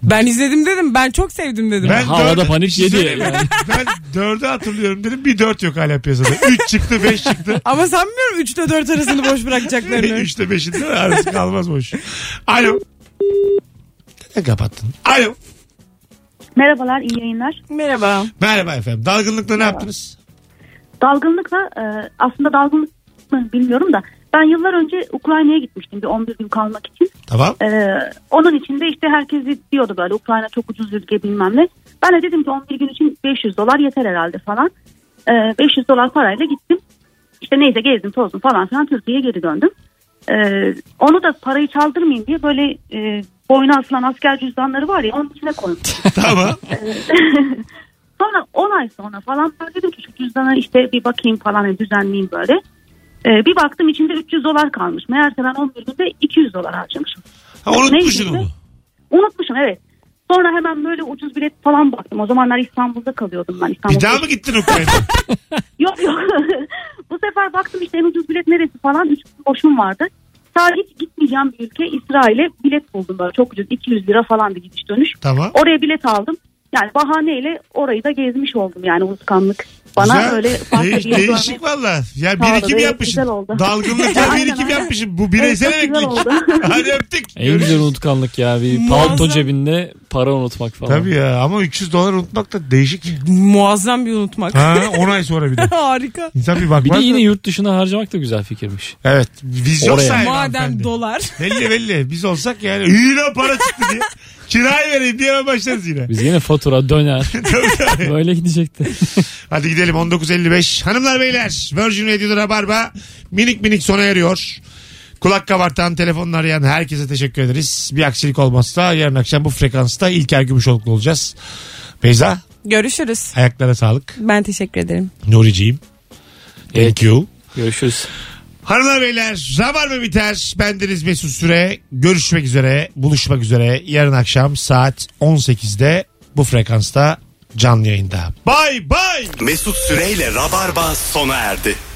Speaker 4: Ben izledim dedim. Ben çok sevdim dedim.
Speaker 2: Ben
Speaker 3: Havada
Speaker 2: dörde-
Speaker 3: panik
Speaker 2: Bir şey
Speaker 3: yedi
Speaker 2: söyleyeyim mi?
Speaker 3: yani.
Speaker 2: Ben 4'ü hatırlıyorum dedim. Bir 4 yok hala piyasada. 3 çıktı 5 çıktı.
Speaker 4: Ama sanmıyorum 3 ile 4 arasını boş bırakacaklarını.
Speaker 2: Üçte beşinde arası kalmaz boş. Alo. Neden kapattın? Alo.
Speaker 6: Merhabalar, iyi yayınlar.
Speaker 4: Merhaba.
Speaker 2: Merhaba efendim. Dalgınlıkla ne yaptınız?
Speaker 6: Dalgınlıkla, e, aslında dalgınlık mı bilmiyorum da ben yıllar önce Ukrayna'ya gitmiştim bir 11 gün kalmak için.
Speaker 2: Tamam.
Speaker 6: Ee, onun için de işte herkes diyordu böyle Ukrayna çok ucuz ülke bilmem ne. Ben de dedim ki 11 gün için 500 dolar yeter herhalde falan. Ee, 500 dolar parayla gittim. İşte neyse gezdim tozdum falan filan Türkiye'ye geri döndüm. Ee, onu da parayı çaldırmayayım diye böyle e, boyuna asılan asker cüzdanları var ya onun içine koymuştum.
Speaker 2: Tamam.
Speaker 6: Sonra 10 ay sonra falan ben dedim ki şu cüzdana işte bir bakayım falan hani düzenleyeyim böyle. Ee, bir baktım içinde 300 dolar kalmış. Meğerse ben 11 günde 200 dolar harcamışım.
Speaker 2: Ha, unutmuşsun
Speaker 6: Neyse.
Speaker 2: onu.
Speaker 6: Unutmuşum evet. Sonra hemen böyle ucuz bilet falan baktım. O zamanlar İstanbul'da kalıyordum ben. İstanbul'da.
Speaker 2: Bir daha mı gittin Ukrayna?
Speaker 6: Yok yok. Bu sefer baktım işte en ucuz bilet neresi falan. Üç gün boşum vardı. Sadece hiç gitmeyeceğim bir ülke İsrail'e bilet buldum böyle çok ucuz. 200 lira falan bir gidiş dönüş.
Speaker 2: tamam.
Speaker 6: Oraya bilet aldım. Yani bahaneyle orayı da gezmiş oldum yani unutkanlık. Bana
Speaker 2: Güzel.
Speaker 6: böyle farklı
Speaker 2: Değiş-
Speaker 6: bir yer
Speaker 2: değişik
Speaker 6: görmek-
Speaker 2: valla. Yani
Speaker 6: Sağ olun,
Speaker 2: birikim
Speaker 6: evet,
Speaker 2: yapmışsın.
Speaker 6: güzel oldu.
Speaker 2: Dalgınlıkla
Speaker 6: Aynen,
Speaker 2: birikim
Speaker 6: aynen.
Speaker 2: yapmışsın. Bu bireysel
Speaker 6: Evet, çok güzel
Speaker 2: emeklilik.
Speaker 6: oldu.
Speaker 2: Hadi öptük.
Speaker 3: En güzel
Speaker 2: Görüşürüz.
Speaker 3: unutkanlık ya. Bir palto
Speaker 4: Muazzam.
Speaker 3: cebinde para unutmak falan.
Speaker 2: Tabii ya ama 300 dolar unutmak da değişik.
Speaker 4: Muazzam bir unutmak.
Speaker 2: Ha 10 ay sonra bir de.
Speaker 4: Harika.
Speaker 2: İnsan bir
Speaker 3: Bir
Speaker 2: bakmaz.
Speaker 3: de
Speaker 2: da-
Speaker 3: yine yurt dışına harcamak da güzel fikirmiş.
Speaker 2: Evet. Vizyon
Speaker 3: Oraya.
Speaker 2: sahibi
Speaker 4: Madem
Speaker 2: hanımefendi.
Speaker 4: dolar.
Speaker 2: Belli belli. Biz olsak yani iyi lan para çıktı diye. Kirayı vereyim diye hemen başlarız yine.
Speaker 3: Biz yine fatura döner. Böyle gidecekti.
Speaker 2: Hadi gidelim 19.55. Hanımlar beyler Virgin Radio'da Rabarba minik minik sona eriyor. Kulak kabartan, telefonla arayan herkese teşekkür ederiz. Bir aksilik olmazsa yarın akşam bu frekansta İlker Gümüşoluklu olacağız. Beyza
Speaker 4: Görüşürüz.
Speaker 2: ayaklara sağlık.
Speaker 4: Ben teşekkür ederim.
Speaker 2: Nuriciğim. Thank you.
Speaker 3: Görüşürüz.
Speaker 2: Hanımlar beyler Rabarba biter. Bendeniz Mesut Süre. Görüşmek üzere. Buluşmak üzere. Yarın akşam saat 18'de bu frekansta canlı yayında. Bay bay.
Speaker 1: Mesut Süreyle Rabarba sona erdi.